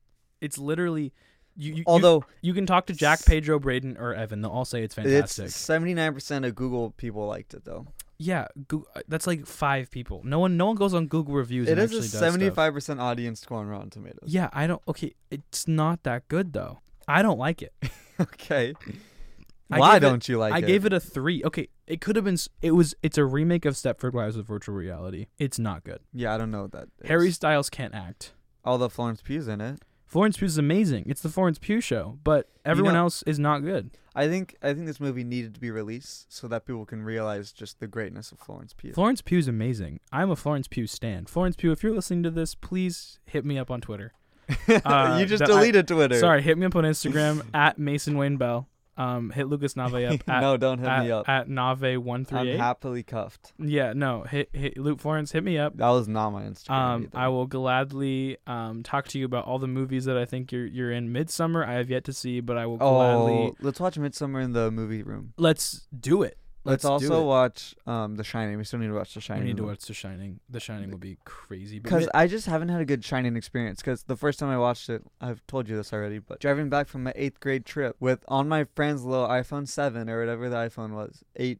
[SPEAKER 1] It's literally. You, you, Although
[SPEAKER 2] Although
[SPEAKER 1] you, can talk to Jack, Pedro, Braden, or Evan, they'll all say it's fantastic.
[SPEAKER 2] it's seventy-nine percent of Google people liked it though.
[SPEAKER 1] yeah, Goo- uh, that's like five people. No one, no one goes on Google reviews.
[SPEAKER 2] It
[SPEAKER 1] and
[SPEAKER 2] is a
[SPEAKER 1] actually does stuff.
[SPEAKER 2] seventy-five percent audience score on Rotten Tomatoes.
[SPEAKER 1] Yeah, I don't. Okay, it's not that good though. I don't like it. [laughs]
[SPEAKER 2] Okay.
[SPEAKER 1] I
[SPEAKER 2] Why
[SPEAKER 1] gave it-
[SPEAKER 2] don't you like
[SPEAKER 1] I
[SPEAKER 2] it?
[SPEAKER 1] gave it a three. Okay, it could have been. s- It was. It's a remake of Stepford Wives with virtual reality. It's not good.
[SPEAKER 2] Yeah, I don't know what that. Is.
[SPEAKER 1] Harry Styles can't act.
[SPEAKER 2] although Florence Pugh's in it.
[SPEAKER 1] Florence Pugh is amazing. It's the Florence Pugh show, but everyone
[SPEAKER 2] know-
[SPEAKER 1] else is not good.
[SPEAKER 2] I think I think this movie needed to be released so that people can realize just the greatness of Florence Pugh. [laughs]
[SPEAKER 1] Florence Pugh's amazing. I'm a Florence Pugh stan. Florence Pugh, if you're listening to this, please hit me up on Twitter. uh,
[SPEAKER 2] [laughs] you just
[SPEAKER 1] that I-
[SPEAKER 2] deleted Twitter.
[SPEAKER 1] Sorry, hit me up on Instagram at Mason Wayne Bell. Um, hit Lucas Nave up at
[SPEAKER 2] [laughs] [laughs] no, don't hit
[SPEAKER 1] at,
[SPEAKER 2] me up.
[SPEAKER 1] at Nave one
[SPEAKER 2] I'm
[SPEAKER 1] three eight.
[SPEAKER 2] happily cuffed.
[SPEAKER 1] Yeah, no. Hit, hit Luke Florence. Hit me up.
[SPEAKER 2] That was not my Instagram.
[SPEAKER 1] Um,
[SPEAKER 2] either.
[SPEAKER 1] I will gladly um, talk to you about all the movies that I think you're you're in. Midsummer, I have yet to see, but I will
[SPEAKER 2] oh,
[SPEAKER 1] gladly.
[SPEAKER 2] let's watch Midsummer in the movie room.
[SPEAKER 1] Let's do it.
[SPEAKER 2] Let's,
[SPEAKER 1] Let's,
[SPEAKER 2] also
[SPEAKER 1] do it.
[SPEAKER 2] watch um The Shining. We still need to watch The Shining.
[SPEAKER 1] I need to watch The Shining. The Shining will be crazy. but
[SPEAKER 2] Because
[SPEAKER 1] mid-
[SPEAKER 2] I just haven't had a good Shining experience. Because the first time I watched it, I've told you this already, but driving back from my eighth grade trip with on my friend's little iPhone 7 or whatever the iPhone was, 8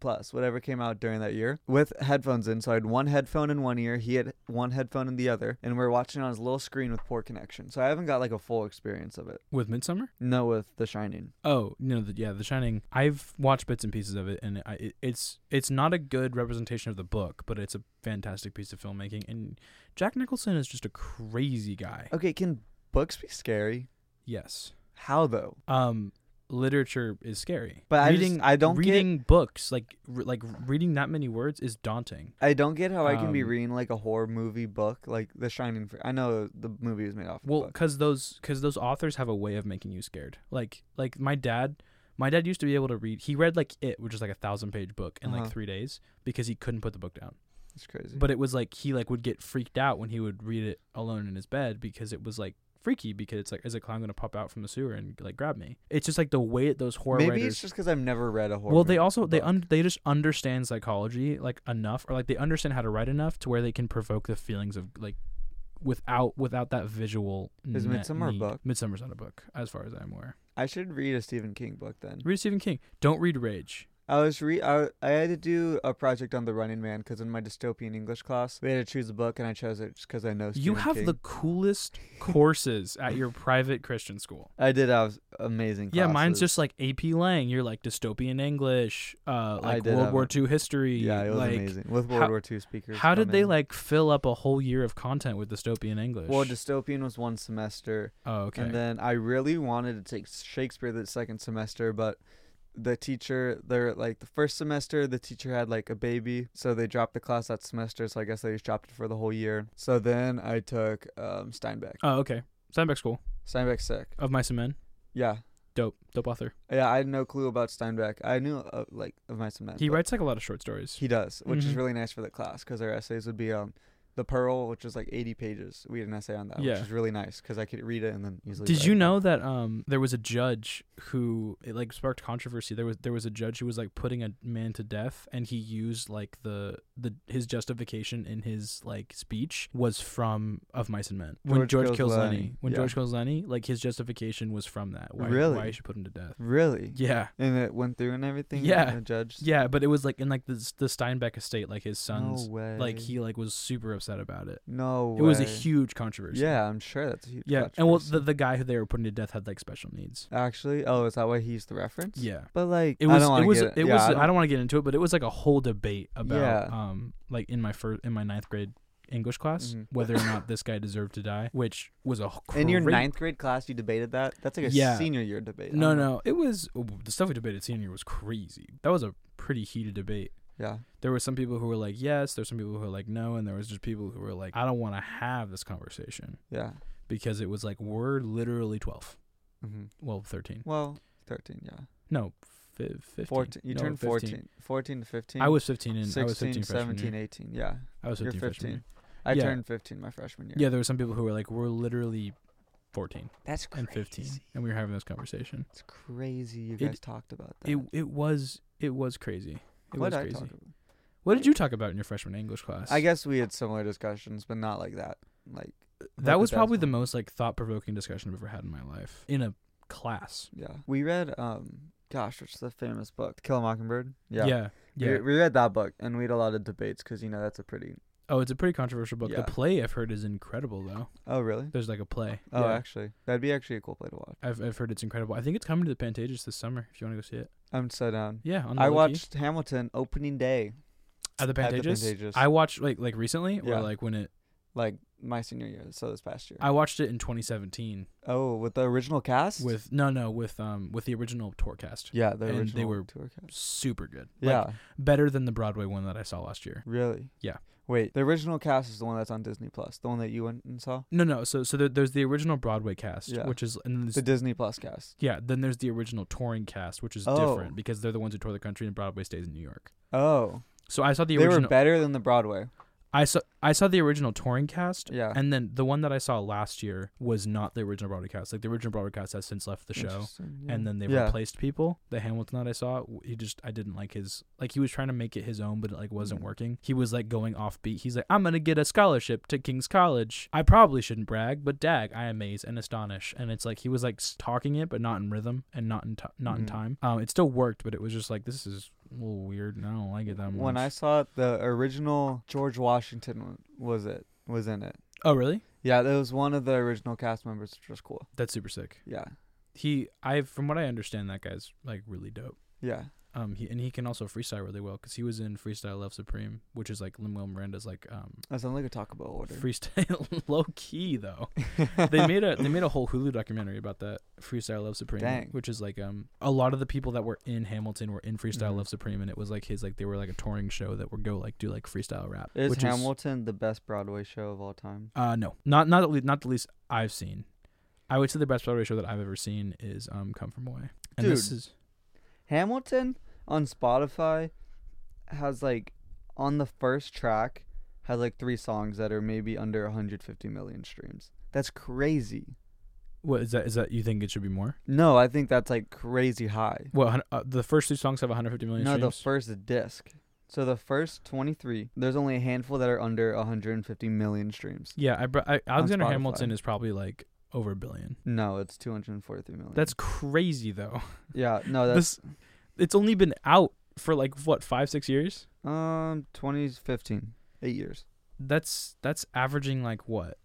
[SPEAKER 2] plus, whatever came out during that year, with headphones in. So I had one headphone in one ear, he had one headphone in the other, and we are watching on his little screen with poor connection. So I haven't got like a full experience of it.
[SPEAKER 1] with Midsummer.
[SPEAKER 2] No, with The Shining.
[SPEAKER 1] Oh no, the, yeah, The Shining. I've watched bits and pieces of it, and I, it, it's it's not a good representation of the book, but it's a fantastic piece of filmmaking. And Jack Nicholson is just a crazy guy.
[SPEAKER 2] Okay, can books be scary?
[SPEAKER 1] Yes.
[SPEAKER 2] How though?
[SPEAKER 1] um literature is scary
[SPEAKER 2] But I just- I don't get-
[SPEAKER 1] reading books like re- like reading that many words is daunting
[SPEAKER 2] I don't get how I can be
[SPEAKER 1] Um,
[SPEAKER 2] reading like a horror movie book, like The Shining. For, I know the movie was made off. of a
[SPEAKER 1] well
[SPEAKER 2] book.
[SPEAKER 1] because those because those authors have a way of making you scared like like my dad my dad used to be able to read he read like it which is like a thousand page book in
[SPEAKER 2] Uh-huh.
[SPEAKER 1] like three days because he couldn't put the book down
[SPEAKER 2] it's crazy.
[SPEAKER 1] but it was like he like would get freaked out when he would read it alone in his bed because it was like freaky because it's like is a clown gonna pop out from the sewer and like grab me it's just like the way that those horror
[SPEAKER 2] Maybe
[SPEAKER 1] writers
[SPEAKER 2] it's just because I've never read a horror.
[SPEAKER 1] well they
[SPEAKER 2] movie
[SPEAKER 1] also they
[SPEAKER 2] book.
[SPEAKER 1] un- they just understand psychology like enough or like they understand how to write enough to where they can provoke the feelings of like without without that visual
[SPEAKER 2] Is
[SPEAKER 1] net
[SPEAKER 2] Midsommar a
[SPEAKER 1] need.
[SPEAKER 2] book?
[SPEAKER 1] midsummer's not a book as far as i'm aware
[SPEAKER 2] I should read a Stephen King book then.
[SPEAKER 1] read stephen king don't read rage
[SPEAKER 2] I was re I, I had to do a project on The Running Man because in my dystopian English class we had to choose a book and I chose it just because I know. Stephen
[SPEAKER 1] you have
[SPEAKER 2] King.
[SPEAKER 1] the coolest courses at your private christian
[SPEAKER 2] [laughs]
[SPEAKER 1] school
[SPEAKER 2] I did have amazing.
[SPEAKER 1] yeah mine's
[SPEAKER 2] classes.
[SPEAKER 1] just like ap lang you're like dystopian english uh like
[SPEAKER 2] did
[SPEAKER 1] world
[SPEAKER 2] have
[SPEAKER 1] war
[SPEAKER 2] it.
[SPEAKER 1] ii history
[SPEAKER 2] Yeah, it was
[SPEAKER 1] like
[SPEAKER 2] amazing with World
[SPEAKER 1] how-
[SPEAKER 2] War II speakers.
[SPEAKER 1] how did
[SPEAKER 2] come
[SPEAKER 1] they
[SPEAKER 2] in.
[SPEAKER 1] like fill up a whole year of content with dystopian english
[SPEAKER 2] Well, dystopian was one semester,
[SPEAKER 1] oh okay
[SPEAKER 2] and then I really wanted to take Shakespeare the second semester, but the teacher, they're like the first semester, the teacher had like a baby, so they dropped the class that semester. So I guess they just dropped it for the whole year. So then I took um, Steinbeck.
[SPEAKER 1] oh okay steinbeck's cool
[SPEAKER 2] Steinbeck's sick.
[SPEAKER 1] of mice and men
[SPEAKER 2] Yeah,
[SPEAKER 1] dope dope author
[SPEAKER 2] yeah. I had no clue about Steinbeck. I knew uh, like of my semester.
[SPEAKER 1] he writes like a lot of short stories
[SPEAKER 2] He does, which is
[SPEAKER 1] Mhm.
[SPEAKER 2] really nice for the class because our essays would be um The Pearl, which was like 80 pages. We had an essay on that,
[SPEAKER 1] Yeah.
[SPEAKER 2] which is really nice because I could read it and then easily.
[SPEAKER 1] Did
[SPEAKER 2] write.
[SPEAKER 1] you know that um there was a judge who it like sparked controversy. There was there was a judge who was like putting a man to death and he used like the the his justification in his like speech was from Of Mice and Men. When
[SPEAKER 2] George
[SPEAKER 1] George, kills,
[SPEAKER 2] Kills
[SPEAKER 1] Lenny.
[SPEAKER 2] Lenny,
[SPEAKER 1] When
[SPEAKER 2] yeah.
[SPEAKER 1] George kills Lenny, like his justification was from that. Why
[SPEAKER 2] Really?
[SPEAKER 1] why you should put him to death.
[SPEAKER 2] Really?
[SPEAKER 1] Yeah.
[SPEAKER 2] And it went through and everything.
[SPEAKER 1] Yeah.
[SPEAKER 2] And the judge.
[SPEAKER 1] Yeah, but it was like in like the the Steinbeck estate, like his
[SPEAKER 2] No
[SPEAKER 1] sons
[SPEAKER 2] way.
[SPEAKER 1] like he like was super upset about it.
[SPEAKER 2] No way.
[SPEAKER 1] It was a huge controversy.
[SPEAKER 2] Yeah, I'm sure that's a huge.
[SPEAKER 1] Yeah. And well
[SPEAKER 2] controversy.
[SPEAKER 1] the, the guy who they were putting to death had like special needs.
[SPEAKER 2] Actually, oh, is that why he used the reference?
[SPEAKER 1] Yeah.
[SPEAKER 2] But like,
[SPEAKER 1] it
[SPEAKER 2] I
[SPEAKER 1] was
[SPEAKER 2] don't
[SPEAKER 1] it
[SPEAKER 2] wanna
[SPEAKER 1] was
[SPEAKER 2] get
[SPEAKER 1] it was
[SPEAKER 2] yeah,
[SPEAKER 1] I
[SPEAKER 2] I
[SPEAKER 1] don't,
[SPEAKER 2] don't-
[SPEAKER 1] want to get into it, but it was like a whole debate about
[SPEAKER 2] Yeah.
[SPEAKER 1] um like in my first in my ninth grade English class
[SPEAKER 2] Mhm.
[SPEAKER 1] whether or
[SPEAKER 2] [laughs]
[SPEAKER 1] not this guy deserved to die, which was a cra-
[SPEAKER 2] in your ninth Oh. grade class, you debated that. That's like a
[SPEAKER 1] Yeah.
[SPEAKER 2] senior year debate. I
[SPEAKER 1] No,
[SPEAKER 2] don't know.
[SPEAKER 1] no, it was the stuff we debated senior was crazy. That was a pretty heated debate.
[SPEAKER 2] Yeah.
[SPEAKER 1] There were some people who were like yes, there's some people who were like no, and there was just people who were like I don't want to have this conversation
[SPEAKER 2] Yeah.
[SPEAKER 1] because it was like we're literally twelve,
[SPEAKER 2] hmm
[SPEAKER 1] well thirteen,
[SPEAKER 2] Well, thirteen. Yeah.
[SPEAKER 1] no fi- fifteen,
[SPEAKER 2] Fourteen. You
[SPEAKER 1] No,
[SPEAKER 2] turned
[SPEAKER 1] 15.
[SPEAKER 2] 14. 14 to fifteen.
[SPEAKER 1] I was fifteen in I
[SPEAKER 2] 16,
[SPEAKER 1] was fifteen freshman
[SPEAKER 2] 17,
[SPEAKER 1] year.
[SPEAKER 2] 18. Yeah.
[SPEAKER 1] I was
[SPEAKER 2] You're
[SPEAKER 1] 15 freshman year.
[SPEAKER 2] 15. I
[SPEAKER 1] Yeah.
[SPEAKER 2] turned fifteen my freshman year.
[SPEAKER 1] Yeah, there were some people who were like, we're literally 14
[SPEAKER 2] That's
[SPEAKER 1] and
[SPEAKER 2] crazy.
[SPEAKER 1] 15, and we were having this conversation.
[SPEAKER 2] It's crazy. You
[SPEAKER 1] It-
[SPEAKER 2] guys talked about that.
[SPEAKER 1] It it was it was crazy. It
[SPEAKER 2] what
[SPEAKER 1] was
[SPEAKER 2] I
[SPEAKER 1] crazy.
[SPEAKER 2] talk about?
[SPEAKER 1] What did you talk about in your freshman English class?
[SPEAKER 2] I guess we had similar discussions, but not like that. Like
[SPEAKER 1] that was probably the
[SPEAKER 2] hypothetical.
[SPEAKER 1] most like thought provoking discussion I've ever had in my life in a class.
[SPEAKER 2] Yeah. We read um gosh, which is the famous book, To Kill a Mockingbird. Yeah.
[SPEAKER 1] yeah.
[SPEAKER 2] We-
[SPEAKER 1] yeah.
[SPEAKER 2] We, read that book and we had a lot of debates because you know that's a pretty.
[SPEAKER 1] Oh, it's a pretty controversial book.
[SPEAKER 2] Yeah.
[SPEAKER 1] The play I've heard is incredible though.
[SPEAKER 2] Oh really?
[SPEAKER 1] There's like a play.
[SPEAKER 2] Oh,
[SPEAKER 1] Yeah.
[SPEAKER 2] actually, that'd be actually a cool play to watch.
[SPEAKER 1] I've I've heard it's incredible. I think it's coming to the Pantages this summer. If you want to go see it,
[SPEAKER 2] I'm so down.
[SPEAKER 1] yeah. On the
[SPEAKER 2] I
[SPEAKER 1] low-key.
[SPEAKER 2] watched Hamilton opening day,
[SPEAKER 1] at the
[SPEAKER 2] at the
[SPEAKER 1] Pantages.
[SPEAKER 2] Pantages.
[SPEAKER 1] I watched like like recently
[SPEAKER 2] Yeah.
[SPEAKER 1] or like when it.
[SPEAKER 2] like my senior year, so this past year.
[SPEAKER 1] I watched it in 2017.
[SPEAKER 2] oh, with the original cast.
[SPEAKER 1] with no no with um with the original tour cast
[SPEAKER 2] yeah, the
[SPEAKER 1] and they
[SPEAKER 2] original
[SPEAKER 1] were-
[SPEAKER 2] tour cast.
[SPEAKER 1] super good
[SPEAKER 2] Yeah,
[SPEAKER 1] like, better than the broadway one that i saw last year
[SPEAKER 2] really.
[SPEAKER 1] yeah.
[SPEAKER 2] Wait, the original cast is the one that's on Disney Plus, the one that you went and saw.
[SPEAKER 1] no no so so there, there's the original broadway cast
[SPEAKER 2] Yeah.
[SPEAKER 1] which is and there's,
[SPEAKER 2] The Disney Plus cast.
[SPEAKER 1] yeah then there's the original touring cast which is
[SPEAKER 2] Oh.
[SPEAKER 1] different because they're the ones who tour the country and broadway stays in new york
[SPEAKER 2] Oh,
[SPEAKER 1] so i saw the
[SPEAKER 2] they were
[SPEAKER 1] original
[SPEAKER 2] better than the Broadway.
[SPEAKER 1] i saw i saw the original touring cast
[SPEAKER 2] Yeah.
[SPEAKER 1] and then the one that i saw last year was not the original broadway cast like the original broadway cast has since left the show
[SPEAKER 2] Interesting, yeah.
[SPEAKER 1] and then they
[SPEAKER 2] Mm. Yeah.
[SPEAKER 1] replaced people. The Hamilton that I saw, w- he just I didn't like his like he was trying to make it his own, but it like wasn't
[SPEAKER 2] Mhm.
[SPEAKER 1] working. He was like going offbeat. He's like, I'm gonna get a scholarship to King's College. I probably shouldn't brag, but dag, I amaze and astonish. And it's like he was like s- talking it, but not in rhythm and not in t- not in
[SPEAKER 2] Mhm.
[SPEAKER 1] time. Um, it still worked, but it was just like this is a little weird. And I don't like it that much.
[SPEAKER 2] When I saw it, the original George Washington one was it was in it.
[SPEAKER 1] oh really?
[SPEAKER 2] Yeah, that was one of the original cast members, which was cool.
[SPEAKER 1] That's super sick.
[SPEAKER 2] Yeah,
[SPEAKER 1] He I from what I understand, that guy's like really dope.
[SPEAKER 2] yeah.
[SPEAKER 1] Um, he, and he can also freestyle really well because he was in Freestyle Love Supreme, which is like Lin-Manuel Miranda's like um
[SPEAKER 2] That sounds like a Taco Bell order.
[SPEAKER 1] freestyle [laughs] low key though.
[SPEAKER 2] [laughs]
[SPEAKER 1] They made a they made a whole Hulu documentary about that Freestyle Love Supreme,
[SPEAKER 2] Dang.
[SPEAKER 1] which is like um a lot of the people that were in Hamilton were in Freestyle
[SPEAKER 2] Mhm.
[SPEAKER 1] Love Supreme, and it was like his like they were like a touring show that would go like do like freestyle rap.
[SPEAKER 2] Is
[SPEAKER 1] which
[SPEAKER 2] Hamilton the best Broadway show of all time?
[SPEAKER 1] uh no not not the least, not the least I've seen. I would say the best Broadway show that I've ever seen is um Come From Away, and this
[SPEAKER 2] Dude.
[SPEAKER 1] is
[SPEAKER 2] Hamilton on Spotify has like on the first track has like three songs that are maybe under 150 million streams. That's crazy.
[SPEAKER 1] what is that is that you think it should be more?
[SPEAKER 2] No, I think that's like crazy high.
[SPEAKER 1] Well, hun- uh, the first two songs have 150 million
[SPEAKER 2] No, the
[SPEAKER 1] streams.
[SPEAKER 2] first disc. So the first 23, there's only a handful that are under 150 million streams.
[SPEAKER 1] yeah, I, br- I Alexander
[SPEAKER 2] Spotify.
[SPEAKER 1] Hamilton is probably like over a billion.
[SPEAKER 2] No, it's 243 million.
[SPEAKER 1] That's crazy though.
[SPEAKER 2] yeah, no, Mm. [laughs] that's
[SPEAKER 1] this it's only been out for like what five six years
[SPEAKER 2] um 2015, 8 years.
[SPEAKER 1] that's that's averaging like what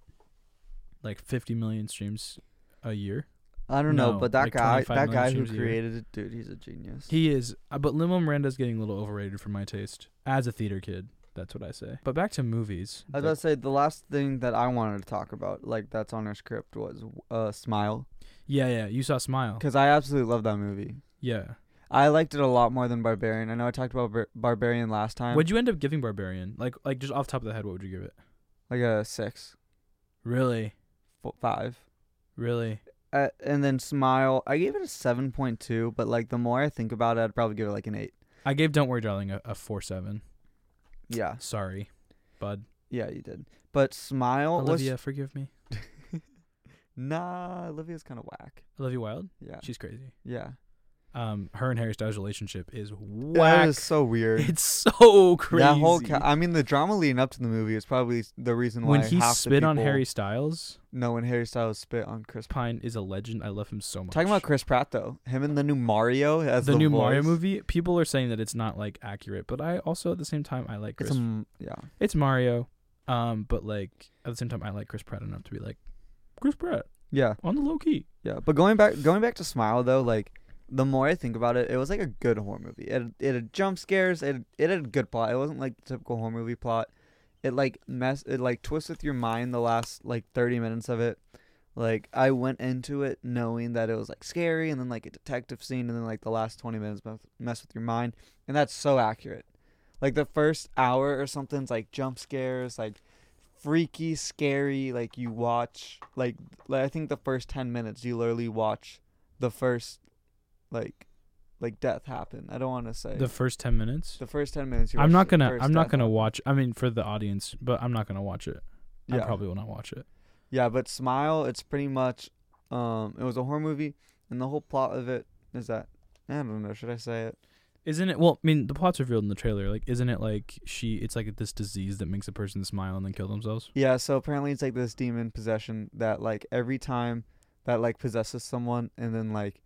[SPEAKER 1] like 50 million streams a year
[SPEAKER 2] I don't know,
[SPEAKER 1] No,
[SPEAKER 2] but that
[SPEAKER 1] like
[SPEAKER 2] guy,
[SPEAKER 1] 25
[SPEAKER 2] that
[SPEAKER 1] million
[SPEAKER 2] guy who
[SPEAKER 1] streams a year.
[SPEAKER 2] created it, dude, he's a genius.
[SPEAKER 1] he is uh, but limo miranda's getting a little overrated for my taste as a theater kid that's what i say but back to movies
[SPEAKER 2] I was about to say the last thing that I wanted to talk about, like that's on our script, was uh, Smile,
[SPEAKER 1] yeah yeah you saw smile
[SPEAKER 2] because I absolutely love that movie.
[SPEAKER 1] yeah
[SPEAKER 2] I liked it a lot more than Barbarian. I know I talked about Bar- Barbarian last time,
[SPEAKER 1] what'd you end up giving barbarian like like just off the top of the head what would you give it
[SPEAKER 2] like a six,
[SPEAKER 1] really
[SPEAKER 2] fo- five,
[SPEAKER 1] really
[SPEAKER 2] uh, and then Smile, I gave it a seven point two. But like the more I think about it, I'd probably give it like an eight.
[SPEAKER 1] i gave don't worry darling a, a 4-7
[SPEAKER 2] Yeah,
[SPEAKER 1] sorry bud
[SPEAKER 2] Yeah, you did. But Smile
[SPEAKER 1] Olivia,
[SPEAKER 2] was
[SPEAKER 1] forgive me.
[SPEAKER 2] [laughs] nah. Olivia's kind of whack.
[SPEAKER 1] Olivia Wilde,
[SPEAKER 2] Yeah,
[SPEAKER 1] she's crazy.
[SPEAKER 2] yeah.
[SPEAKER 1] Um, her and Harry Styles' relationship is
[SPEAKER 2] That
[SPEAKER 1] whack.
[SPEAKER 2] is so weird.
[SPEAKER 1] It's so [laughs] crazy.
[SPEAKER 2] That whole, ca- I mean, the drama leading up to the movie is probably the reason why
[SPEAKER 1] when he
[SPEAKER 2] half the
[SPEAKER 1] spit on
[SPEAKER 2] people-
[SPEAKER 1] Harry Styles,
[SPEAKER 2] No, when Harry Styles spit on Chris. Pratt.
[SPEAKER 1] Pine is a legend. I love him so much.
[SPEAKER 2] Talking about Chris Pratt though, him in the new Mario as
[SPEAKER 1] the,
[SPEAKER 2] the,
[SPEAKER 1] new Mario
[SPEAKER 2] voice.
[SPEAKER 1] movie, people are saying that it's not like accurate, but I also at the same time I like Chris.
[SPEAKER 2] It's
[SPEAKER 1] It's,
[SPEAKER 2] a m- yeah.
[SPEAKER 1] Mario, um, but like at the same time I like Chris Pratt enough to be like Chris Pratt
[SPEAKER 2] Yeah,
[SPEAKER 1] on the low key.
[SPEAKER 2] yeah. But going back, going back to Smile though, like the more I think about it, it was like a good horror movie. It it had jump scares. It it had a good plot. It wasn't like the typical horror movie plot. It like mess. It like twists with your mind the last like thirty minutes of it. Like I went into it knowing that it was like scary, and then like a detective scene, and then like the last twenty minutes mess, mess with your mind, and that's so accurate. Like the first hour or something's like jump scares, like freaky, scary. Like you watch, like, like I think the first ten minutes you literally watch the first, like, like death happen. I don't want to say
[SPEAKER 1] The first ten minutes.
[SPEAKER 2] the first ten minutes. You
[SPEAKER 1] I'm
[SPEAKER 2] watch
[SPEAKER 1] not
[SPEAKER 2] the
[SPEAKER 1] gonna.
[SPEAKER 2] first
[SPEAKER 1] I'm not
[SPEAKER 2] death
[SPEAKER 1] gonna
[SPEAKER 2] happen.
[SPEAKER 1] watch. I mean, for the audience, but I'm not gonna watch it.
[SPEAKER 2] Yeah.
[SPEAKER 1] I probably will not watch it.
[SPEAKER 2] Yeah, but Smile, it's pretty much um it was a horror movie and the whole plot of it is that I don't know, should I say it?
[SPEAKER 1] Isn't it? Well, I mean, the plot's revealed in the trailer. Like, isn't it like she? It's like this disease that makes a person smile and then kill themselves.
[SPEAKER 2] Yeah, so apparently it's like this demon possession that like every time that like possesses someone and then like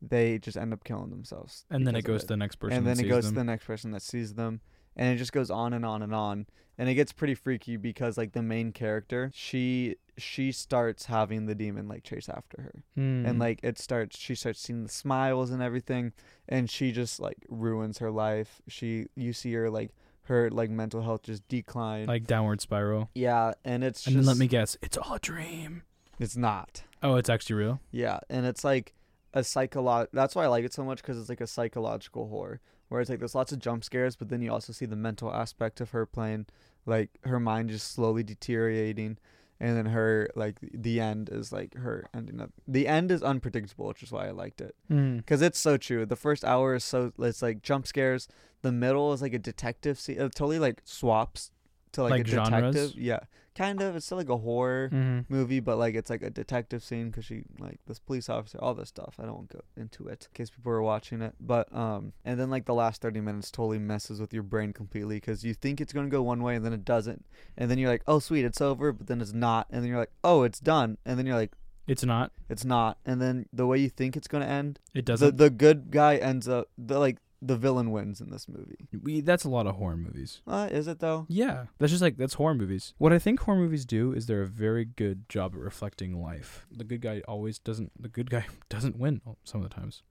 [SPEAKER 2] they just end up killing themselves.
[SPEAKER 1] And then it
[SPEAKER 2] because
[SPEAKER 1] goes
[SPEAKER 2] of
[SPEAKER 1] to the next person.
[SPEAKER 2] and then
[SPEAKER 1] that
[SPEAKER 2] it
[SPEAKER 1] sees
[SPEAKER 2] goes
[SPEAKER 1] them.
[SPEAKER 2] to the next person that sees them and it just goes on and on and on and it gets pretty freaky because like the main character she she starts having the demon like chase after her and
[SPEAKER 1] Hmm.
[SPEAKER 2] like it starts she starts seeing the smiles and everything and she just like ruins her life she you see her like her like mental health just decline
[SPEAKER 1] like downward spiral.
[SPEAKER 2] yeah and it's
[SPEAKER 1] And
[SPEAKER 2] just
[SPEAKER 1] then let me guess, it's all a dream.
[SPEAKER 2] it's not
[SPEAKER 1] Oh, it's actually real.
[SPEAKER 2] yeah and it's like a psycholo that's why i like it so much because it's like a psychological horror where it's like there's lots of jump scares but then you also see the mental aspect of her playing like her mind just slowly deteriorating and then her like the end is like her ending up the end is unpredictable which is why i liked it
[SPEAKER 1] Hmm.
[SPEAKER 2] because it's so true. The first hour is so it's like jump scares. The middle is like a detective scene. It totally like swaps to like,
[SPEAKER 1] Like
[SPEAKER 2] a
[SPEAKER 1] genres?
[SPEAKER 2] detective. Yeah, kind of. It's still like a horror
[SPEAKER 1] Mm-hmm.
[SPEAKER 2] movie, but like it's like a detective scene because she like this police officer, all this stuff. I don't want to go into it in case people are watching it. But um, and then like the last thirty minutes totally messes with your brain completely because you think it's gonna go one way and then it doesn't, and then you're like, oh sweet, it's over, but then it's not, and then you're like, oh it's done, and then you're like,
[SPEAKER 1] It's not.
[SPEAKER 2] it's not, and then the way you think it's gonna end
[SPEAKER 1] It
[SPEAKER 2] the
[SPEAKER 1] doesn't.
[SPEAKER 2] the good guy ends up the like the villain wins in this movie.
[SPEAKER 1] we, that's a lot of horror movies.
[SPEAKER 2] Uh, is it though?
[SPEAKER 1] Yeah, that's just like that's horror movies. What I think horror movies do is they're a very good job at reflecting life. The good guy always doesn't. The good guy [laughs] doesn't win oh, some of the times.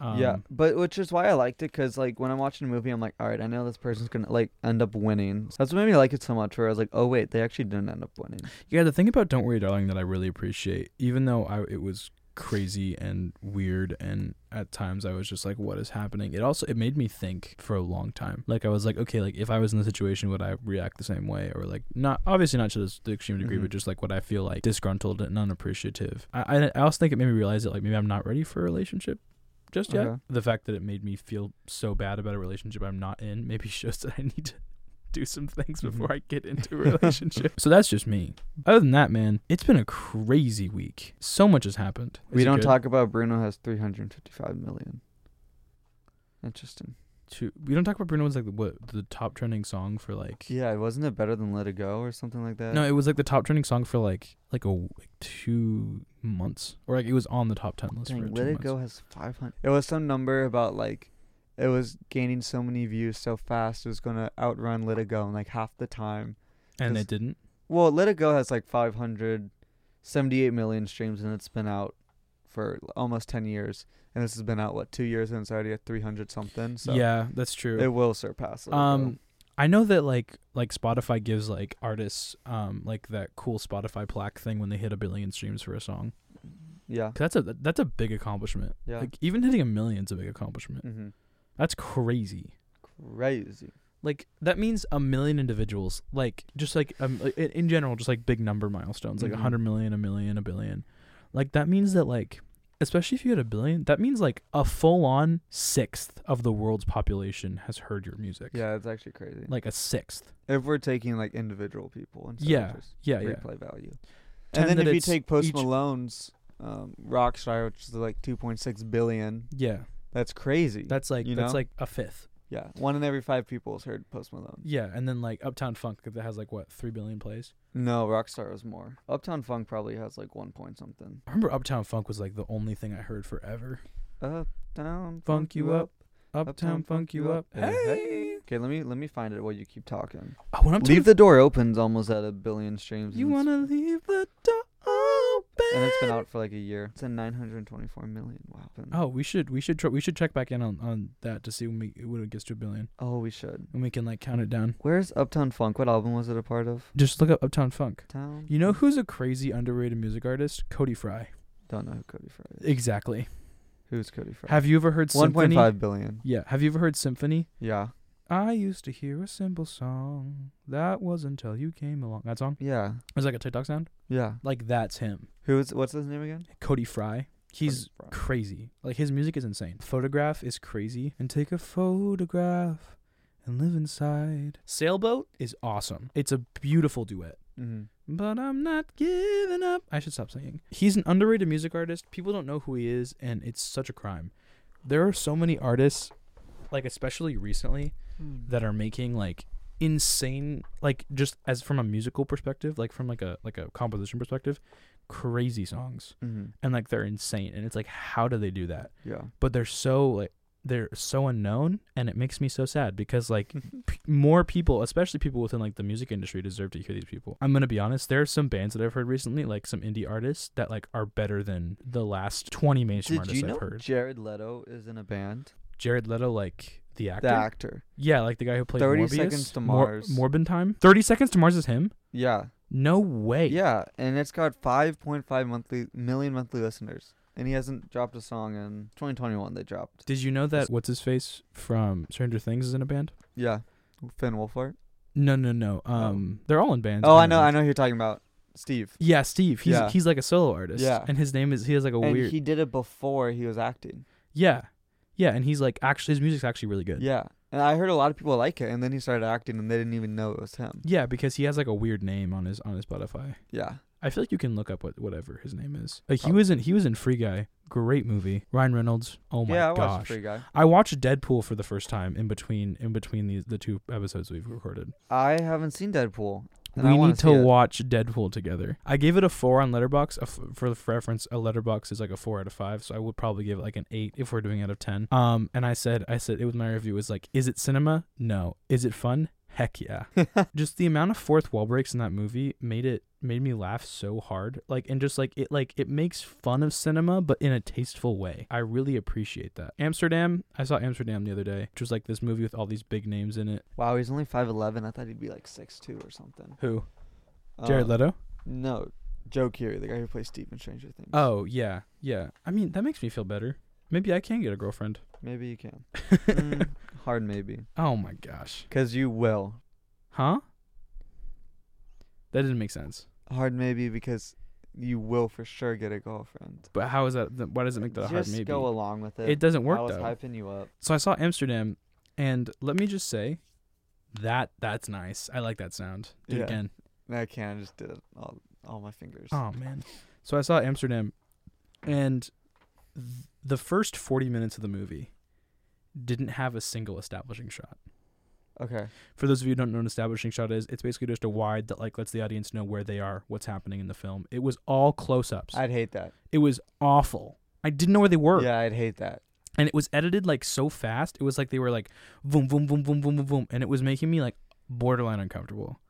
[SPEAKER 1] Um,
[SPEAKER 2] yeah, but which is why I liked it because like when I'm watching a movie, I'm like, all right, I know this person's gonna like end up winning. That's what made me like it so much. Where I was like, oh wait, they actually didn't end up winning.
[SPEAKER 1] Yeah, the thing about Don't Worry Darling that I really appreciate, even though I, it was crazy and weird and at times I was just like what is happening? It also it made me think for a long time. Like I was like okay, like if I was in the situation would I react the same way or like not obviously not to this, the extreme degree
[SPEAKER 2] Mhm.
[SPEAKER 1] but just like what I feel like disgruntled and unappreciative. I I, I also think it made me realize that like maybe I'm not ready for a relationship just yet.
[SPEAKER 2] Okay.
[SPEAKER 1] The fact that it made me feel so bad about a relationship I'm not in maybe [laughs] shows that I need to do some things
[SPEAKER 2] Mhm.
[SPEAKER 1] before I get into a relationship. so that's just me. Other than that, man, it's been a crazy week. So much has happened. Is
[SPEAKER 2] we
[SPEAKER 1] it
[SPEAKER 2] don't
[SPEAKER 1] good?
[SPEAKER 2] talk about Bruno has 355 million. Interesting.
[SPEAKER 1] To, we don't talk about Bruno was like the, what the top trending song for like.
[SPEAKER 2] Yeah, wasn't it better than Let It Go or something like that?
[SPEAKER 1] No, it was like the top trending song for like like a like two months or like it was on the top ten list for
[SPEAKER 2] Dang,
[SPEAKER 1] two
[SPEAKER 2] Let It
[SPEAKER 1] months.
[SPEAKER 2] Go has 500. It was some number about like it was gaining so many views so fast it was gonna outrun Let It Go in like half the time.
[SPEAKER 1] and it
[SPEAKER 2] Just-
[SPEAKER 1] didn't.
[SPEAKER 2] Well, Let It Go has like 578 million streams and it's been out for l- almost 10 years. And this has been out what 2 years and it's already at 300 something. So
[SPEAKER 1] yeah, that's true.
[SPEAKER 2] it will surpass. Let It Go.
[SPEAKER 1] Um, I know that like like Spotify gives like artists um like that cool Spotify plaque thing when they hit a billion streams for a song.
[SPEAKER 2] yeah.
[SPEAKER 1] 'Cause That's a that's a big accomplishment.
[SPEAKER 2] Yeah.
[SPEAKER 1] Like even hitting a million's a big accomplishment.
[SPEAKER 2] hmm
[SPEAKER 1] That's crazy.
[SPEAKER 2] Crazy.
[SPEAKER 1] Like that means a million individuals. Like just like um, like, in, in general, just like big number milestones, like a
[SPEAKER 2] Mhm.
[SPEAKER 1] hundred million, a million, a billion. Like that means that like especially if you had a billion, that means like a full on sixth of the world's population has heard your music.
[SPEAKER 2] Yeah, it's actually crazy.
[SPEAKER 1] Like a sixth.
[SPEAKER 2] if we're taking like individual people instead
[SPEAKER 1] Yeah,
[SPEAKER 2] of just
[SPEAKER 1] Yeah, yeah.
[SPEAKER 2] replay value.
[SPEAKER 1] Pretend
[SPEAKER 2] And then
[SPEAKER 1] that
[SPEAKER 2] if you
[SPEAKER 1] it's
[SPEAKER 2] take Post
[SPEAKER 1] each-
[SPEAKER 2] Malone's um, Rockstar, which is like 2.6 billion,
[SPEAKER 1] Yeah.
[SPEAKER 2] that's crazy.
[SPEAKER 1] That's like
[SPEAKER 2] You
[SPEAKER 1] that's
[SPEAKER 2] know?
[SPEAKER 1] like a fifth.
[SPEAKER 2] yeah, one in every five people has heard Post Malone.
[SPEAKER 1] Yeah, and then like Uptown Funk that has like what, 3 billion plays.
[SPEAKER 2] No, Rockstar was more. Uptown Funk probably has like one point something.
[SPEAKER 1] I remember Uptown Funk was like the only thing I heard forever.
[SPEAKER 2] Uptown
[SPEAKER 1] Funk you up, Uptown, Funk you up.
[SPEAKER 2] Yeah.
[SPEAKER 1] Hey.
[SPEAKER 2] Okay, let me let me find it while you keep talking.
[SPEAKER 1] Oh, when Uptown
[SPEAKER 2] Leave the door opens almost at a billion streams.
[SPEAKER 1] You
[SPEAKER 2] and it's-
[SPEAKER 1] wanna leave the door open.
[SPEAKER 2] And it's been out for like a year. It's at 924 million. Wow.
[SPEAKER 1] Oh, we should we should tr- we should check back in on, on that to see when we when it gets to a billion
[SPEAKER 2] Oh, we should.
[SPEAKER 1] and we can like count it down.
[SPEAKER 2] Where's Uptown Funk? What album was it a part of?
[SPEAKER 1] Just look up Uptown Funk.
[SPEAKER 2] Town.
[SPEAKER 1] You know who's a crazy underrated music artist? Cody Fry.
[SPEAKER 2] Don't know who Cody Fry is.
[SPEAKER 1] Exactly.
[SPEAKER 2] Who's Cody Fry?
[SPEAKER 1] Have you ever heard Symphony?
[SPEAKER 2] 1.5 billion.
[SPEAKER 1] Yeah. Have you ever heard Symphony?
[SPEAKER 2] Yeah.
[SPEAKER 1] I used to hear a simple song that was until you came along. That song
[SPEAKER 2] Yeah.
[SPEAKER 1] is like a TikTok sound.
[SPEAKER 2] Yeah.
[SPEAKER 1] Like that's him,
[SPEAKER 2] Who is? What's his name again?
[SPEAKER 1] Cody Fry. He's
[SPEAKER 2] Cody Fry.
[SPEAKER 1] crazy. Like his music is insane. Photograph is crazy. And take a photograph and live inside. Sailboat is awesome. It's a beautiful duet.
[SPEAKER 2] Mhm.
[SPEAKER 1] But I'm not giving up. I should stop singing. He's an underrated music artist. People don't know who he is, and it's such a crime. There are so many artists, like especially recently,
[SPEAKER 2] Mm-hmm.
[SPEAKER 1] that are making like insane like just as from a musical perspective like from like a like a composition perspective crazy songs
[SPEAKER 2] Mhm.
[SPEAKER 1] and like they're insane and it's like how do they do that
[SPEAKER 2] Yeah.
[SPEAKER 1] but they're so like they're so unknown and it makes me so sad because
[SPEAKER 2] [laughs]
[SPEAKER 1] like p- more people especially people within like the music industry deserve to hear these people i'm gonna be honest there are some bands that i've heard recently like some indie artists that like are better than the last 20 mainstream
[SPEAKER 2] Did
[SPEAKER 1] artists
[SPEAKER 2] you know
[SPEAKER 1] i've heard
[SPEAKER 2] Jared Leto is in a band?
[SPEAKER 1] jared leto like the actor
[SPEAKER 2] The actor.
[SPEAKER 1] yeah like the guy who played
[SPEAKER 2] 30
[SPEAKER 1] Morbius.
[SPEAKER 2] Seconds to
[SPEAKER 1] Mor-
[SPEAKER 2] Mars.
[SPEAKER 1] morbin time 30 seconds to mars is him
[SPEAKER 2] Yeah.
[SPEAKER 1] no way
[SPEAKER 2] Yeah, and it's got 5.5 monthly million monthly listeners, and he hasn't dropped a song in 2021. They dropped.
[SPEAKER 1] did you know that what's his face from stranger things is in a band
[SPEAKER 2] Yeah, Finn Wolfhard.
[SPEAKER 1] no no no um they're all in bands
[SPEAKER 2] Oh, I know,
[SPEAKER 1] apparently.
[SPEAKER 2] I know who you're talking about, Steve.
[SPEAKER 1] Yeah, Steve. He's
[SPEAKER 2] Yeah.
[SPEAKER 1] he's like a solo artist.
[SPEAKER 2] Yeah.
[SPEAKER 1] And his name is he has like a
[SPEAKER 2] and
[SPEAKER 1] Oh, weird
[SPEAKER 2] he did it before he was acting.
[SPEAKER 1] Yeah. Yeah, and he's like actually his music's actually really good.
[SPEAKER 2] Yeah, and I heard a lot of people like it, and then he started acting, and they didn't even know it was him.
[SPEAKER 1] Yeah, because he has like a weird name on his on his Spotify.
[SPEAKER 2] Yeah,
[SPEAKER 1] I feel like you can look up what whatever his name is. Like
[SPEAKER 2] Oh.
[SPEAKER 1] he was in he was in Free Guy. Great movie. Ryan Reynolds. Oh my
[SPEAKER 2] yeah, I watched
[SPEAKER 1] gosh.
[SPEAKER 2] Free Guy.
[SPEAKER 1] I watched Deadpool for the first time in between in between the the two episodes we've recorded.
[SPEAKER 2] I haven't seen Deadpool. and I
[SPEAKER 1] we
[SPEAKER 2] wanna
[SPEAKER 1] need
[SPEAKER 2] see
[SPEAKER 1] to
[SPEAKER 2] it.
[SPEAKER 1] watch Deadpool together. I gave it a four on Letterbox. A f- for the reference, a Letterbox is like a four out of five, so I would probably give it like an eight if we're doing out of ten. Um, and I said, I said it was my review was like, is it cinema? No. Is it fun? Heck yeah. just the amount of fourth wall breaks in that movie made it made me laugh so hard. Like and just like it like it makes fun of cinema, but in a tasteful way. I really appreciate that. Amsterdam. I saw Amsterdam the other day, which was like this movie with all these big names in it.
[SPEAKER 2] [laughs] Wow, he's only 5'11". I thought he'd be like 6'2 or something.
[SPEAKER 1] Who? Jared
[SPEAKER 2] Um,
[SPEAKER 1] Leto.
[SPEAKER 2] No, Joe Keery, the guy who plays Steve in Stranger Things.
[SPEAKER 1] Oh yeah, yeah. I mean that makes me feel better. Maybe I can get a girlfriend.
[SPEAKER 2] maybe
[SPEAKER 1] [laughs]
[SPEAKER 2] you can. Mm, hard maybe.
[SPEAKER 1] oh my gosh.
[SPEAKER 2] Because you will.
[SPEAKER 1] Huh? That didn't make sense.
[SPEAKER 2] Hard maybe because you will for sure get a girlfriend.
[SPEAKER 1] But how is that? th- Why does it make that a
[SPEAKER 2] Just
[SPEAKER 1] hard maybe?
[SPEAKER 2] go along with it.
[SPEAKER 1] it doesn't
[SPEAKER 2] I
[SPEAKER 1] work
[SPEAKER 2] was
[SPEAKER 1] though.
[SPEAKER 2] hyping you up.
[SPEAKER 1] So I saw Amsterdam, and let me just say, that that's nice. I like that sound. Do
[SPEAKER 2] Yeah.
[SPEAKER 1] it again.
[SPEAKER 2] No, I can't. I just did it all, all my fingers.
[SPEAKER 1] Oh man. So I saw Amsterdam, and th- the first forty minutes of the movie didn't have a single establishing shot.
[SPEAKER 2] Okay.
[SPEAKER 1] For those of you who don't know what an establishing shot is, it's basically just a wide that like lets the audience know where they are, what's happening in the film. It was all close ups.
[SPEAKER 2] I'd hate that.
[SPEAKER 1] It was awful. I didn't know where they were.
[SPEAKER 2] Yeah, I'd hate that.
[SPEAKER 1] And it was edited like so fast. It was like they were like boom, boom, boom, boom, boom, boom, boom. And it was making me like borderline uncomfortable.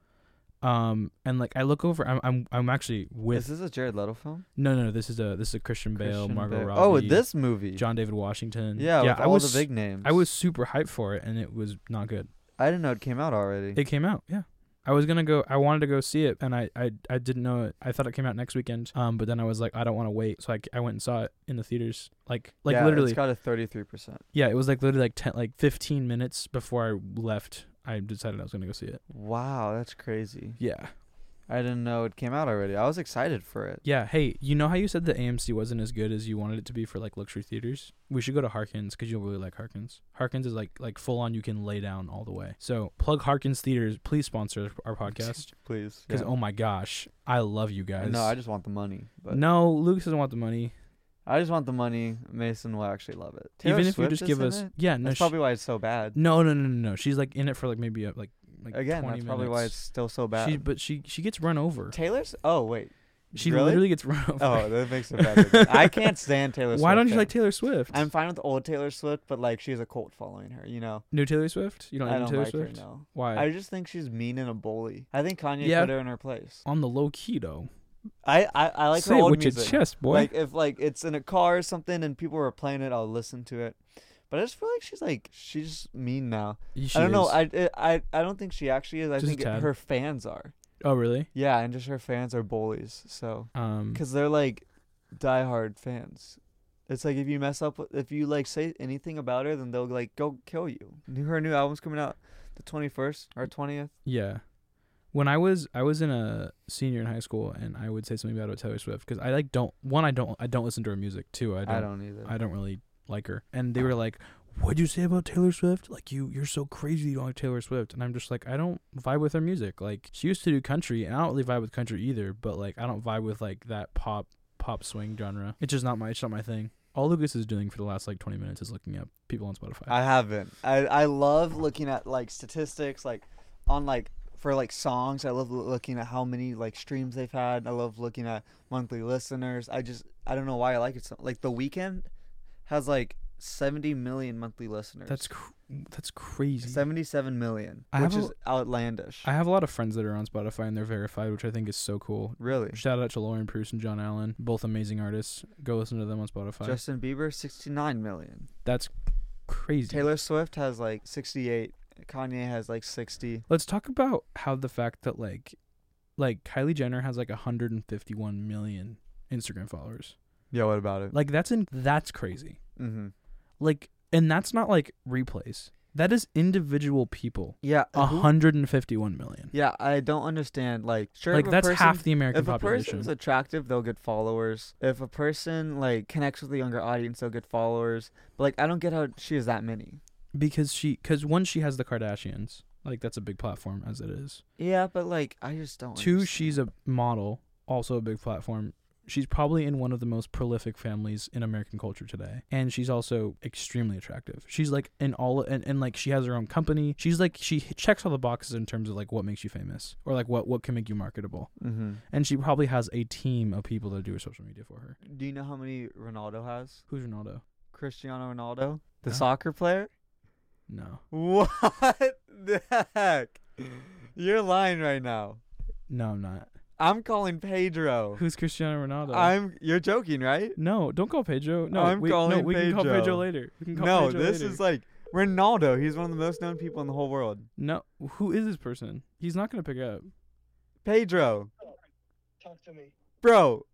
[SPEAKER 1] Um and like I look over I'm I'm I'm actually
[SPEAKER 2] Is
[SPEAKER 1] with
[SPEAKER 2] this a Jared Leto film?
[SPEAKER 1] no no this is a this is a Christian Bale,
[SPEAKER 2] Christian
[SPEAKER 1] Margot
[SPEAKER 2] Bale.
[SPEAKER 1] Robbie.
[SPEAKER 2] Oh, this movie.
[SPEAKER 1] John David Washington.
[SPEAKER 2] yeah,
[SPEAKER 1] yeah
[SPEAKER 2] with
[SPEAKER 1] I
[SPEAKER 2] all
[SPEAKER 1] was
[SPEAKER 2] the big names.
[SPEAKER 1] I was super hyped for it and it was not good.
[SPEAKER 2] I didn't know it came out already.
[SPEAKER 1] It came out, yeah. I was gonna go. I wanted to go see it, and I, I, I didn't know it. I thought it came out next weekend. Um, but then I was like, I don't want to wait, so I, I went and saw it in the theaters. Like, like
[SPEAKER 2] Yeah,
[SPEAKER 1] literally,
[SPEAKER 2] It's got a 33%.
[SPEAKER 1] yeah. It was like literally like ten, like fifteen minutes before I left. I decided I was gonna go see it.
[SPEAKER 2] Wow, that's crazy.
[SPEAKER 1] Yeah,
[SPEAKER 2] I didn't know it came out already. I was excited for it.
[SPEAKER 1] Yeah, hey, you know how you said the AMC wasn't as good as you wanted it to be for like luxury theaters? We should go to Harkins because you'll really like Harkins. Harkins is like like full on. You can lay down all the way. So plug Harkins theaters. Please sponsor our podcast
[SPEAKER 2] Please.
[SPEAKER 1] because
[SPEAKER 2] [laughs] yeah.
[SPEAKER 1] oh my gosh, I love you guys.
[SPEAKER 2] No, I just want the money. But
[SPEAKER 1] no, Lucas doesn't want the money.
[SPEAKER 2] I just want the money. Mason will actually love it. Taylor
[SPEAKER 1] Even if
[SPEAKER 2] Swift
[SPEAKER 1] you just
[SPEAKER 2] is
[SPEAKER 1] give
[SPEAKER 2] in
[SPEAKER 1] us,
[SPEAKER 2] it?
[SPEAKER 1] yeah, no,
[SPEAKER 2] that's
[SPEAKER 1] sh-
[SPEAKER 2] probably why it's so bad.
[SPEAKER 1] no, no, no, no, no. She's like in it for like maybe uh, like like
[SPEAKER 2] Again,
[SPEAKER 1] 20
[SPEAKER 2] that's probably why it's
[SPEAKER 1] minutes.
[SPEAKER 2] still so bad.
[SPEAKER 1] She, but she she gets run over.
[SPEAKER 2] Taylor's? Oh
[SPEAKER 1] [laughs]
[SPEAKER 2] wait,
[SPEAKER 1] She
[SPEAKER 2] really?
[SPEAKER 1] literally gets run over. [laughs]
[SPEAKER 2] Oh, that makes it better. I can't stand Taylor. Swift.
[SPEAKER 1] Why don't you
[SPEAKER 2] then.
[SPEAKER 1] like Taylor Swift?
[SPEAKER 2] I'm fine with old Taylor Swift, but like she has a cult following her. You know,
[SPEAKER 1] New Taylor Swift? You don't know
[SPEAKER 2] I don't
[SPEAKER 1] Taylor
[SPEAKER 2] like
[SPEAKER 1] Swift?
[SPEAKER 2] her. No,
[SPEAKER 1] Why?
[SPEAKER 2] I just think she's mean and a bully. I think Kanye
[SPEAKER 1] Yeah.
[SPEAKER 2] put her in her place.
[SPEAKER 1] On the low key though.
[SPEAKER 2] I I, I like
[SPEAKER 1] Say
[SPEAKER 2] her
[SPEAKER 1] it
[SPEAKER 2] old
[SPEAKER 1] with
[SPEAKER 2] music.
[SPEAKER 1] your chest, boy.
[SPEAKER 2] Like if like it's in a car or something and people are playing it, I'll listen to it. But I just feel like she's like she's mean now.
[SPEAKER 1] She
[SPEAKER 2] I don't know.
[SPEAKER 1] is.
[SPEAKER 2] I, I I don't think she actually is. I
[SPEAKER 1] Just a
[SPEAKER 2] think it-
[SPEAKER 1] tad.
[SPEAKER 2] her fans are.
[SPEAKER 1] oh really?
[SPEAKER 2] Yeah, and just her fans are bullies. So
[SPEAKER 1] Um.
[SPEAKER 2] because they're like diehard fans. It's like if you mess up, if you like say anything about her, then they'll like go kill you. New- Her new album's coming out the twenty first or twentieth.
[SPEAKER 1] Yeah. When I was I was in a senior in high school, and I would say something about Taylor Swift because I like don't one I don't I don't listen to her music too. I don't
[SPEAKER 2] I don't either.
[SPEAKER 1] I don't really like her. And they were like, "What'd you say about Taylor Swift? Like you you're so crazy you don't like Taylor Swift." And I'm just like, I don't vibe with her music. Like she used to do country, and I don't really vibe with country either. But like I don't vibe with like that pop pop swing genre. It's just not my it's not my thing. All Lucas is doing for the last like 20 minutes is looking up people on Spotify.
[SPEAKER 2] I haven't. I I love looking at like statistics, like on like for like songs. I love loo- looking at how many like streams they've had. I love looking at monthly listeners. I just I don't know why I like it so. Like The Weeknd has like seventy million monthly listeners.
[SPEAKER 1] that's cr- that's crazy.
[SPEAKER 2] seventy-seven million,
[SPEAKER 1] I have
[SPEAKER 2] which
[SPEAKER 1] a-
[SPEAKER 2] is outlandish.
[SPEAKER 1] I have a lot of friends that are on Spotify and they're verified, which I think is so cool.
[SPEAKER 2] really.
[SPEAKER 1] Shout out to Lauren Pruse and John Allen, both amazing artists. Go listen to them on Spotify.
[SPEAKER 2] Justin Bieber, 69 million.
[SPEAKER 1] that's crazy.
[SPEAKER 2] Taylor Swift has like 68. Kanye has like 60.
[SPEAKER 1] Let's talk about how the fact that like like Kylie Jenner has like 151 million Instagram followers.
[SPEAKER 2] Yeah, what about it?
[SPEAKER 1] Like that's in that's crazy.
[SPEAKER 2] mm-hmm.
[SPEAKER 1] Like and that's not like replays. That is individual people.
[SPEAKER 2] Yeah.
[SPEAKER 1] A
[SPEAKER 2] who-
[SPEAKER 1] 151 million.
[SPEAKER 2] Yeah, I don't understand. Like, sure,
[SPEAKER 1] Like
[SPEAKER 2] if a
[SPEAKER 1] that's
[SPEAKER 2] person-
[SPEAKER 1] half the American
[SPEAKER 2] If a
[SPEAKER 1] population.
[SPEAKER 2] person's attractive, they'll get followers. If a person like connects with the younger audience, they'll get followers. But like, I don't get how she has that many.
[SPEAKER 1] because she cuz one she has the Kardashians. Like that's a big platform as it is.
[SPEAKER 2] Yeah, but like, I just don't.
[SPEAKER 1] Two,
[SPEAKER 2] understand.
[SPEAKER 1] she's a model, also a big platform. She's probably in one of the most prolific families in American culture today. And she's also extremely attractive. She's like in all and, and like she has her own company. She's like she checks all the boxes in terms of like what makes you famous or like what what can make you marketable.
[SPEAKER 2] Mm-hmm.
[SPEAKER 1] And she probably has a team of people that do her social media for her.
[SPEAKER 2] Do you know how many Ronaldo has?
[SPEAKER 1] Who's Ronaldo?
[SPEAKER 2] Cristiano Ronaldo, the
[SPEAKER 1] No.
[SPEAKER 2] soccer player.
[SPEAKER 1] No.
[SPEAKER 2] What [laughs] the heck? You're lying right now.
[SPEAKER 1] No, I'm not.
[SPEAKER 2] I'm calling Pedro.
[SPEAKER 1] Who's Cristiano Ronaldo?
[SPEAKER 2] I'm. You're joking, right?
[SPEAKER 1] no, don't call Pedro. No,
[SPEAKER 2] I'm
[SPEAKER 1] we, no,
[SPEAKER 2] calling
[SPEAKER 1] we can call
[SPEAKER 2] Pedro.
[SPEAKER 1] Pedro later. We can call
[SPEAKER 2] No,
[SPEAKER 1] Pedro
[SPEAKER 2] this
[SPEAKER 1] later.
[SPEAKER 2] is like Ronaldo. He's one of the most known people in the whole world.
[SPEAKER 1] no. Who is this person? He's not gonna pick up.
[SPEAKER 2] Pedro,
[SPEAKER 3] Talk to me.
[SPEAKER 2] bro.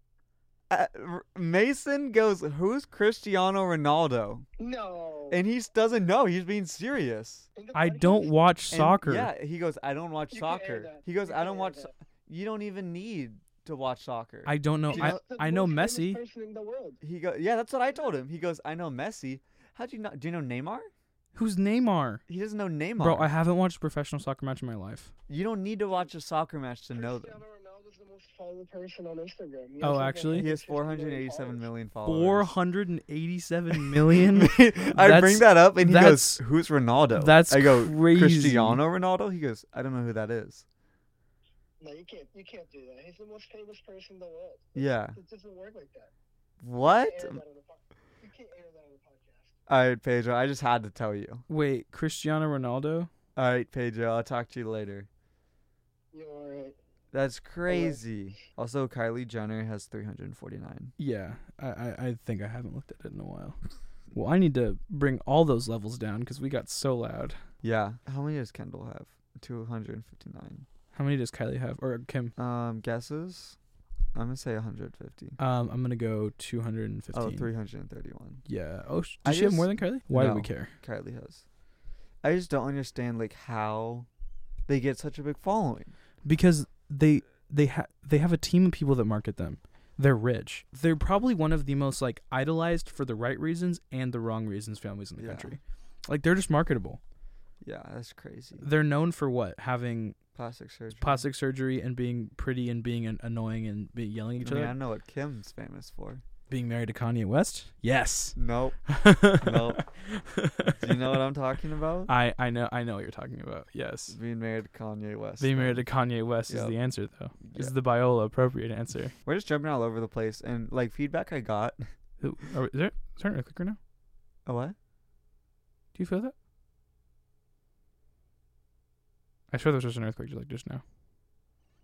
[SPEAKER 2] Uh, R- Mason goes, "Who's Cristiano Ronaldo?"
[SPEAKER 3] No.
[SPEAKER 2] And he s- doesn't know. He's being serious.
[SPEAKER 3] In the
[SPEAKER 1] I
[SPEAKER 3] podcast,
[SPEAKER 1] don't watch
[SPEAKER 2] And-
[SPEAKER 1] soccer.
[SPEAKER 2] yeah, he goes, "I don't watch
[SPEAKER 3] you can air
[SPEAKER 2] soccer."
[SPEAKER 3] that.
[SPEAKER 2] He goes,
[SPEAKER 3] You
[SPEAKER 2] "I
[SPEAKER 3] can
[SPEAKER 2] don't
[SPEAKER 3] air
[SPEAKER 2] watch.
[SPEAKER 3] that.
[SPEAKER 2] so- You don't even need to watch soccer."
[SPEAKER 1] I don't know.
[SPEAKER 3] He's
[SPEAKER 1] I,
[SPEAKER 3] not the
[SPEAKER 1] I know
[SPEAKER 3] most famous
[SPEAKER 1] Messi.
[SPEAKER 3] person in the world.
[SPEAKER 2] He goes, yeah, that's what I told him. He goes, I know Messi. How do you not? Do you know Neymar?
[SPEAKER 1] Who's Neymar?
[SPEAKER 2] He doesn't know Neymar.
[SPEAKER 1] Bro, I haven't watched a professional soccer match in my life.
[SPEAKER 2] you don't need to watch a soccer match to know them.
[SPEAKER 3] Cristiano Ronaldo's the most followed person on Instagram. He
[SPEAKER 1] Oh,
[SPEAKER 3] has like
[SPEAKER 1] actually?
[SPEAKER 2] He has
[SPEAKER 3] 150
[SPEAKER 2] 487 million
[SPEAKER 1] Four
[SPEAKER 2] followers.
[SPEAKER 1] hundred and
[SPEAKER 2] [laughs]
[SPEAKER 1] eighty-seven million.
[SPEAKER 2] Oh, I bring
[SPEAKER 1] That's-
[SPEAKER 2] that up, and he
[SPEAKER 1] that's-
[SPEAKER 2] goes, "Who's Ronaldo?"
[SPEAKER 1] that's
[SPEAKER 2] I go,
[SPEAKER 1] crazy.
[SPEAKER 2] "Cristiano Ronaldo." He goes, "I don't know who that is."
[SPEAKER 3] No, you can't. You can't do that. He's the most famous person in the world.
[SPEAKER 2] Yeah.
[SPEAKER 3] It doesn't work like that.
[SPEAKER 2] What?
[SPEAKER 3] You can't air that on the po- you can't air that on the podcast.
[SPEAKER 2] All right, Pedro. I just had to tell you.
[SPEAKER 1] Wait, Cristiano Ronaldo?
[SPEAKER 2] All right, Pedro. I'll talk to you later.
[SPEAKER 3] You're right.
[SPEAKER 2] That's crazy. Also, Kylie Jenner has 349.
[SPEAKER 1] Yeah, I, I, I think I haven't looked at it in a while. Well, I need to bring all those levels down because we got so loud.
[SPEAKER 2] Yeah. How many does Kendall have? 259.
[SPEAKER 1] How many does Kylie have? Or Kim?
[SPEAKER 2] Um, guesses? I'm gonna say 150.
[SPEAKER 1] Um, I'm gonna go two hundred and fifteen.
[SPEAKER 2] Oh, 331.
[SPEAKER 1] Yeah. Oh, sh-
[SPEAKER 2] I
[SPEAKER 1] does she have
[SPEAKER 2] just-
[SPEAKER 1] more than Kylie? Why do we
[SPEAKER 2] No.
[SPEAKER 1] care?
[SPEAKER 2] Kylie has. I just don't understand like how they get such a big following.
[SPEAKER 1] Because they they ha- they have a team of people that market them. They're rich. They're probably one of the most like idolized for the right reasons and the wrong reasons families in the
[SPEAKER 2] Yeah.
[SPEAKER 1] country. Like they're just marketable.
[SPEAKER 2] Yeah, that's crazy.
[SPEAKER 1] They're known for what? Having
[SPEAKER 2] Plastic surgery.
[SPEAKER 1] plastic surgery and being pretty and being an- annoying and be yelling at each
[SPEAKER 2] I mean,
[SPEAKER 1] other.
[SPEAKER 2] I know what Kim's famous for.
[SPEAKER 1] Being married to Kanye West? Yes.
[SPEAKER 2] Nope.
[SPEAKER 1] no.
[SPEAKER 2] Do [laughs] you know what I'm talking about?
[SPEAKER 1] [laughs] I I know I know what you're talking about. Yes.
[SPEAKER 2] Being married to Kanye West.
[SPEAKER 1] Being married to Kanye West
[SPEAKER 2] Yep.
[SPEAKER 1] is the answer though. Is
[SPEAKER 2] Yeah.
[SPEAKER 1] the Biola appropriate answer?
[SPEAKER 2] We're just jumping all over the place, and like feedback I got.
[SPEAKER 1] Who- Are, is there is there an earthquake right now?
[SPEAKER 2] Oh, what?
[SPEAKER 1] Do you feel that? I swear there was just an earthquake like just now.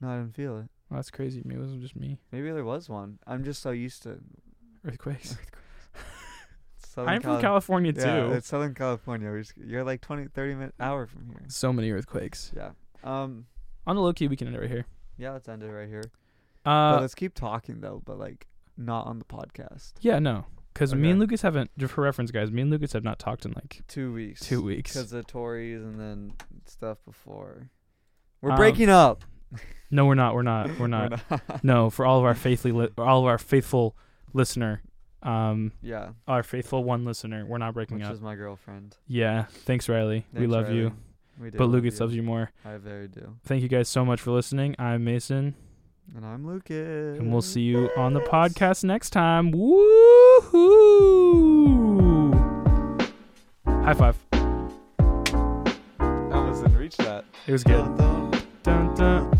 [SPEAKER 2] No, I didn't feel it.
[SPEAKER 1] Well, that's crazy. Maybe it wasn't just me. [laughs]
[SPEAKER 2] Maybe there was one. I'm just so used to. [laughs]
[SPEAKER 1] Earthquakes.
[SPEAKER 2] Southern
[SPEAKER 1] I'm from
[SPEAKER 2] Cali-
[SPEAKER 1] California
[SPEAKER 2] Oh, Yeah,
[SPEAKER 1] too.
[SPEAKER 2] it's Southern California. We're just, you're like 20, 30 minute hour from here.
[SPEAKER 1] so many earthquakes.
[SPEAKER 2] Yeah. Um.
[SPEAKER 1] On the low key, we can end it right here.
[SPEAKER 2] Yeah, let's end it right here. but
[SPEAKER 1] Uh,
[SPEAKER 2] let's keep talking though, but like not on the podcast.
[SPEAKER 1] yeah, no, because me and
[SPEAKER 2] Okay.
[SPEAKER 1] Lucas haven't. just For reference, guys, me and Lucas have not talked in like
[SPEAKER 2] Two weeks.
[SPEAKER 1] two weeks.
[SPEAKER 2] Because the Tories and then stuff before. We're
[SPEAKER 1] Um,
[SPEAKER 2] breaking up.
[SPEAKER 1] No, we're not. We're
[SPEAKER 2] [laughs]
[SPEAKER 1] not. We're not. no, for all of our faithfully, li- all of our faithful listener, um,
[SPEAKER 2] yeah,
[SPEAKER 1] our faithful one listener, we're not breaking
[SPEAKER 2] which
[SPEAKER 1] up.
[SPEAKER 2] is my girlfriend.
[SPEAKER 1] yeah, thanks, Riley. we
[SPEAKER 2] Thanks,
[SPEAKER 1] love you,
[SPEAKER 2] Riley. We do
[SPEAKER 1] but
[SPEAKER 2] love
[SPEAKER 1] Lucas
[SPEAKER 2] you.
[SPEAKER 1] loves you more.
[SPEAKER 2] I very do.
[SPEAKER 1] Thank you guys so much for listening. I'm Mason,
[SPEAKER 2] And I'm Lucas.
[SPEAKER 1] and we'll see you on the podcast next time. Woohoo! High five.
[SPEAKER 2] I almost didn't reach that.
[SPEAKER 1] It was good.
[SPEAKER 2] Dun, dun.
[SPEAKER 1] Dun, dun.